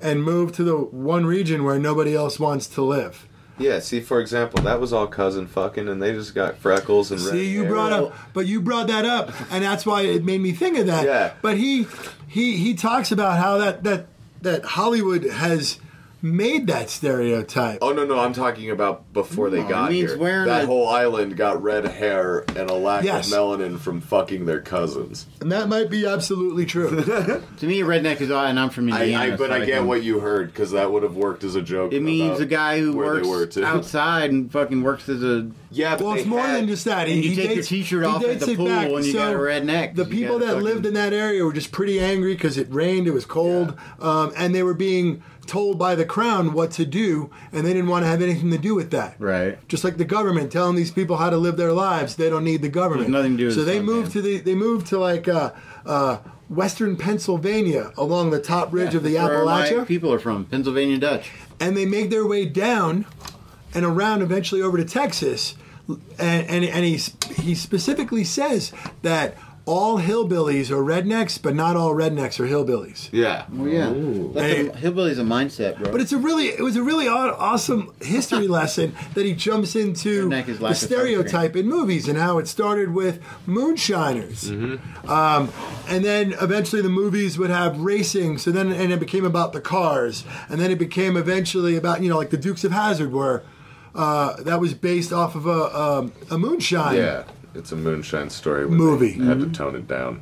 and move to the one region where nobody else wants to live.
<laughs> Yeah, see, for example, that was all cousin fucking, and they just got freckles and red
See, you
hair.
brought up, but you brought that up, and that's why it made me think of that.
Yeah.
But he, he, he talks about how that that that Hollywood has made that stereotype.
Oh no no! I'm talking about before they
No, it
got
means
here.
wearing
that
a-
whole island got red hair and a lack
Yes.
of melanin from fucking their cousins.
And that might be absolutely true.
<laughs>
to me, redneck is all, and I'm from
I,
Indiana.
I, but
so
I get
can-
what you heard because that would have worked as a joke.
It means
about
a guy who
where they were
works
too. <laughs>
outside and fucking works as a
yeah.
Well, it's more than just that.
And you take your
dates-
T-shirt
he
off at
dates
the
it
pool
back.
and you got a red neck.
The
You
people
got
that
fucking-
lived in that area were just pretty angry because it rained, it was cold, um, and they were being told by the crown what to do, and they didn't want to have anything to do with that.
Right.
Just like the government telling these people how to live their lives, they don't need the government.
There's nothing to do with
so
the
they
sun,
moved to the they moved to like uh, uh, western Pennsylvania along the top ridge of the
That's where my
Appalachia
People are from Pennsylvania Dutch.
and they make their way down and around eventually over to Texas. And, and, and he, sp- he specifically says that all hillbillies are rednecks, but not all rednecks are hillbillies.
Yeah.
Well, Oh, yeah. That's a, hillbilly's a mindset, bro.
But it's a really it was a really aw- awesome
<laughs>
history lesson that he jumps into
is
the
lack of
stereotype in movies and how it started with moonshiners,
Mm-hmm.
um, and then eventually the movies would have racing. So then and it became about the cars, and then it became eventually about you know like the Dukes of Hazard were. Uh, that was based off of a, um, a moonshine,
Yeah, it's a moonshine story. when
Movie. Mm-hmm.
they had to tone it down.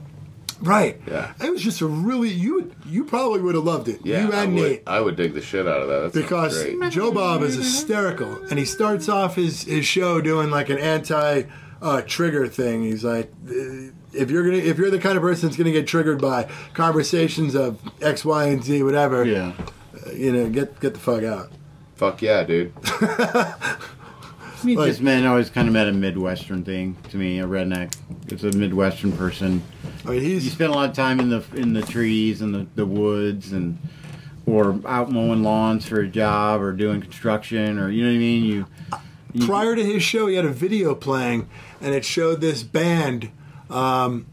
right?
Yeah.
It was just a really you you probably would have loved it.
Yeah,
you
I,
and Nate.
would, I would dig the shit out of that. That sounds
because
great.
Joe Bob is hysterical, and he starts off his, his show doing like an anti uh, trigger thing. He's like, "Uh, if you're gonna, if you're the kind of person that's gonna get triggered by conversations of X, Y, and Z, whatever, yeah, you know, get get the fuck out.
fuck yeah, dude.
I mean,
Like-
this man always kind of meant a Midwestern thing to me, a redneck. It's a Midwestern person.
I mean, he's,
you spend a lot of time in the in the trees and the, the woods and or out mowing lawns for a job or doing construction or you know what I mean.
<laughs>
You
Prior to his show, he had a video playing, and it showed this band. Um,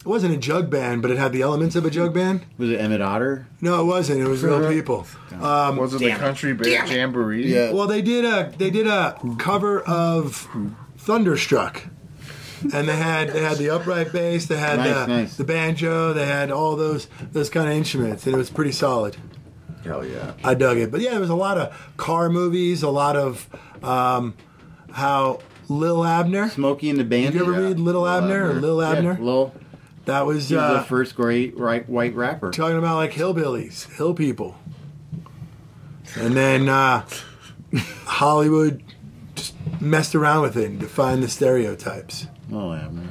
it wasn't a jug band, but it had the elements of a jug band.
was it Emmett Otter?
No, it wasn't. It was
Uh-huh.
real people. Um,
was it the Country Bear Jamboree?
Well, they did a they did a cover of Thunderstruck, and they had they had the upright bass, they had
Nice,
the,
nice.
the banjo, they had all those those kind of instruments, and it was pretty solid.
Hell yeah.
I dug it. But yeah, there was a lot of car movies, a lot of um, how Lil Abner.
Smokey and the Bandit.
Did you ever read Little Abner, or Lil Abner?
Yeah, Lil.
That was
He was the
uh,
first great right, white rapper.
talking about like hillbillies, hill people, and then uh, Hollywood just messed around with it and defined the stereotypes.
Lil Abner.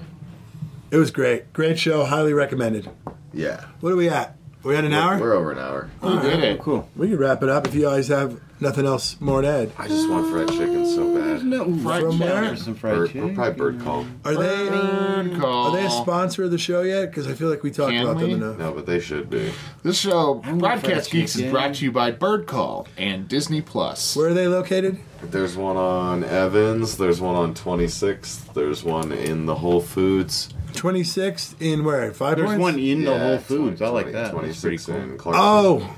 It was great, great show, highly recommended.
Yeah.
What are we at? we at an hour?
We're over an hour.
We did it.
Oh, Cool.
We could wrap it up if you guys have nothing else more to add.
I just want fried chicken so bad.
No, fried
From
chicken.
where?
Some fried
Bird, or
chicken.
probably bird call.
Are they
Bird call.
are they a sponsor of the show yet? Because I feel like we talked
Can
about
we?
them enough.
No, but they should be.
This show,
I'm not
Broadcast
fried
Geeks, is
chicken.
brought to you by Bird Call and Disney Plus.
Where are they located?
There's one on Evans. There's one on 26th. There's one in the Whole Foods.
Twenty sixth in where? Five
There's
points?
one in the Whole Foods. I like that.
Twenty
That's pretty
six
cool.
in Clark.
Oh.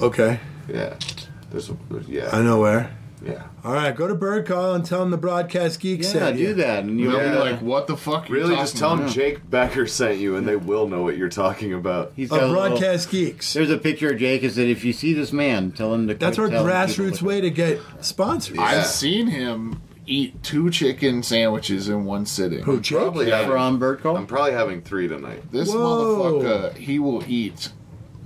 Okay.
Yeah. There's, a, there's yeah.
I know where.
Yeah.
All right, go to Bird Call and tell him the broadcast geek
Yeah,
said.
do
you.
that, and you'll be Yeah. like,
what the fuck?
Really, just tell them Jake Becker sent you, and they will know what you're talking about.
He's
geeks.
There's a picture of Jake. Is that if you see this man, tell him to.
That's
quit
our
telling
grass-
people.
Grassroots way to get sponsors.
I've seen him eat two chicken sandwiches in one sitting.
Who, Jake?
Probably
Yeah.
having-
Bird Call?
I'm probably having three tonight.
This motherfucker, he will eat.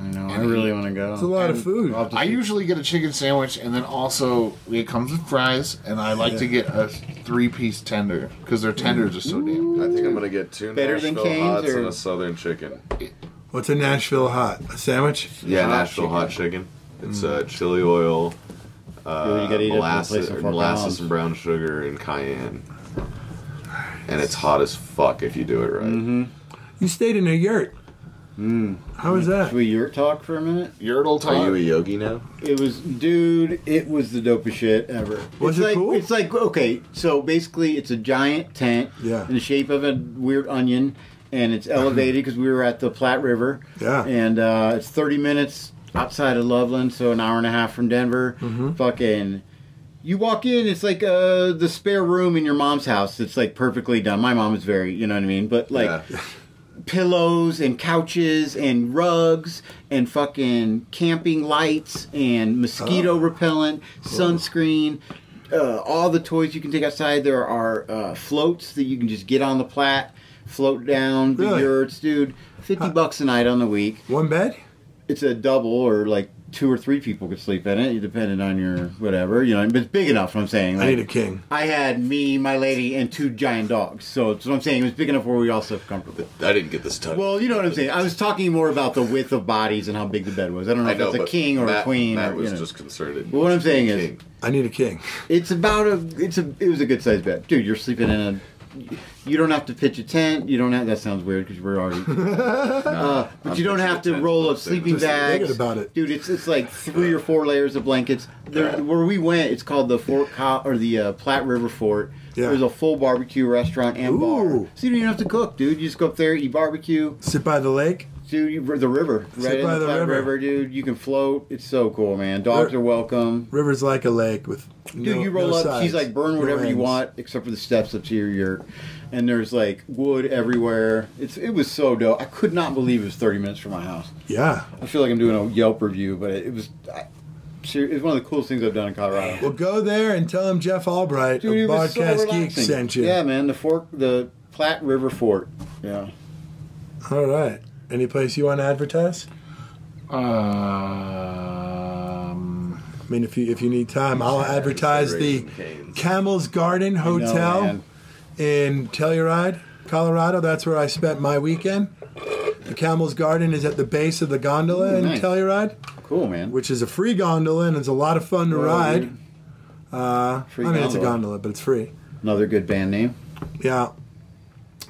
I know. I really want to go.
It's I usually get a chicken sandwich, and then also it comes with fries, and I like to get a three-piece tender because their tenders are so damn.
I think I'm gonna get two
Better than
Nashville
Cane's,
hots
or-
and a southern chicken.
What's a Nashville hot? A sandwich?
Yeah, Nashville hot chicken. It's uh, chili oil,
Yeah,
uh,
you gotta eat it for a
molasses,
place of
or
four
molasses
pounds.
and brown sugar and cayenne. And it's hot as fuck if you do it right.
Mm-hmm.
You stayed in a yurt.
Mm.
How was that?
Should we yurt talk for a minute?
Yurtle
Are you a yogi now?
It was, dude. It was the dopest shit ever.
Was
it's
it
like,
cool?
It's like okay, so basically, it's a giant tent
Yeah.
in the shape of a weird onion,
<laughs>
and it's elevated because we were at the Platte River.
Yeah.
and uh, it's 30 minutes outside of Loveland, so an hour and a half from Denver.
Mm-hmm.
Fucking. You walk in, it's like uh, the spare room in your mom's house. It's like perfectly done. My mom is very, you know what I mean? But like, pillows and couches and rugs and fucking camping lights and mosquito
Oh.
repellent, sunscreen, uh, all the toys you can take outside. There are uh, floats that you can just get on the plat, float down the
Really?
yurts, dude. Fifty bucks a night on the week.
One bed?
It's a double or like. Two or three people could sleep in it, depending on your whatever, you know. But it's big enough. I'm saying.
I
like-
need a king.
I had me, my lady, and two giant dogs. So that's what I'm saying. It was big enough where we all slept comfortable.
I didn't get this time.
Well, you know what I'm saying. I was talking more about the width of bodies and how big the bed was. I don't know
I
if
know,
it's a
but
king or a
Matt-
queen.
Matt
or,
was
you know.
just concerted.
But what I'm saying is,
I need a king.
It's about a. It's a. It was a good sized bed, dude. You're sleeping in a. You don't have to pitch a tent. You don't have. That sounds weird because
<laughs>
we're already. uh, but
I'm
you don't have to roll up sleeping
Just
bags.
thinking about it.
dude. It's it's like three or four layers of blankets. There, where we went, it's called the Fort Co- or the uh, Platte River Fort.
Yeah.
There's a full barbecue restaurant and bar, so you don't even have to cook, dude. You just go up there, eat barbecue,
sit by the lake,
dude. You, the river,
Sit
right in
by
the,
the
Platte
river.
river. dude. You can float. It's so cool, man. Dogs
There-
are welcome.
River's like a lake with.
Dude,
no-
you roll
no
up.
sides,
She's like, burn
no
whatever you
ends.
want, except for the steps up to your yurt. And there's like wood everywhere. It's it was so dope. I could not believe it was 30 minutes from my house.
Yeah.
I feel like I'm doing a Yelp review, but it, it was. I, ser- it was one of the coolest things I've done in Colorado.
Well, go there and tell him Jeff Albright
Dude, it
of
was so
Podcast Geek
relaxing.
sent you.
Yeah, man. The fork, the Platte River Fort. Yeah.
All right. Any place you want to advertise?
Um,
I mean, if you if you need time, I'll
Yeah,
advertise the
Raisin Cane's.
Camel's Garden
I know,
Hotel
man.
in Telluride, Colorado. That's where I spent my weekend. The Camel's Garden is at the base of the gondola
Ooh,
in
nice.
Telluride.
Cool, man.
Which is a free gondola and it's a lot of fun to
Well,
ride.
dude.
Uh,
Free
I mean, it's a
gondola.
gondola, but it's free.
Another good band name.
Yeah.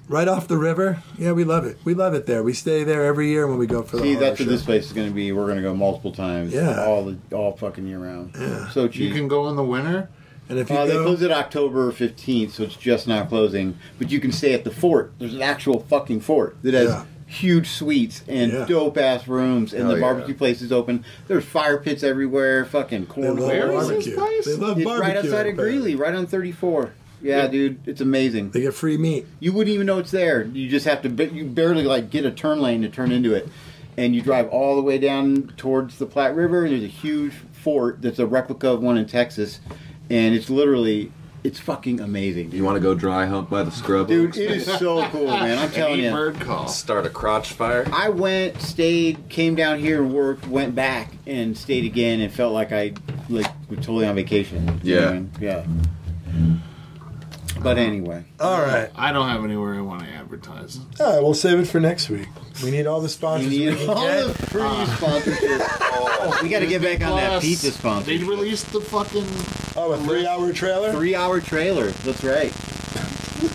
Right off the river. Yeah, we love it. We love it there. We stay there every year when we go for the
See,
Oh,
horror
that's what
show.
this place is going to be. We're going to go multiple times.
Yeah.
All the all fucking year round.
Yeah.
So cheap.
You can go in the winter,
and if
you
uh, they
go-
close it October fifteenth, so it's just now closing. But you can stay at the fort. There's an actual fucking fort that has
Yeah.
huge suites and
Yeah.
dope ass rooms, and
Hell
the
yeah.
barbecue place is open. There's fire pits everywhere. Fucking corn.
They love
It's
barbecue.
right outside of Greeley, right on 34. Yeah, dude, it's amazing.
They get free meat.
You wouldn't even know it's there. You just have to. ba- You barely like get a turn lane to turn into it, and you drive all the way down towards the Platte River. And there's a huge fort that's a replica of one in Texas, and it's literally it's fucking amazing.
You want to go dry hump by the scrub?
Dude, it is so cool, man. I'm telling you.
Start a crotch fire.
I went, stayed, came down here and worked, went back and stayed again, and felt like I like was totally on vacation. You know what I
Yeah.
mean? yeah. But anyway,
All right.
I don't have anywhere I want to advertise.
All right, we'll save it for next week. We need all the sponsors.
You need
we can
all
get.
the
free
Ah.
sponsorship. <laughs> we got to get back on that pizza sponsor.
They released the fucking.
Oh, a three-hour trailer.
Three-hour trailer. That's right.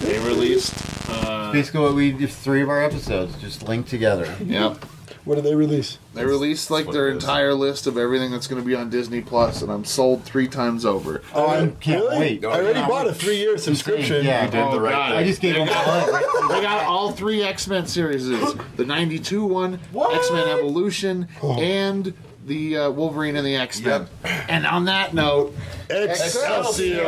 They released. Uh,
Basically, what we did three of our episodes just linked together.
Yep.
What did they release?
They released like their entire list of everything that's going to be on Disney Plus, and I'm sold three times over.
Oh, I can't really? wait. I already bought a three-year subscription.
<laughs> Yeah,
You did the right thing.
I just gave them all. they got all three X Men series: the '92 one, X Men Evolution, and the uh, Wolverine and the X Men. And on that note,
Excelsior!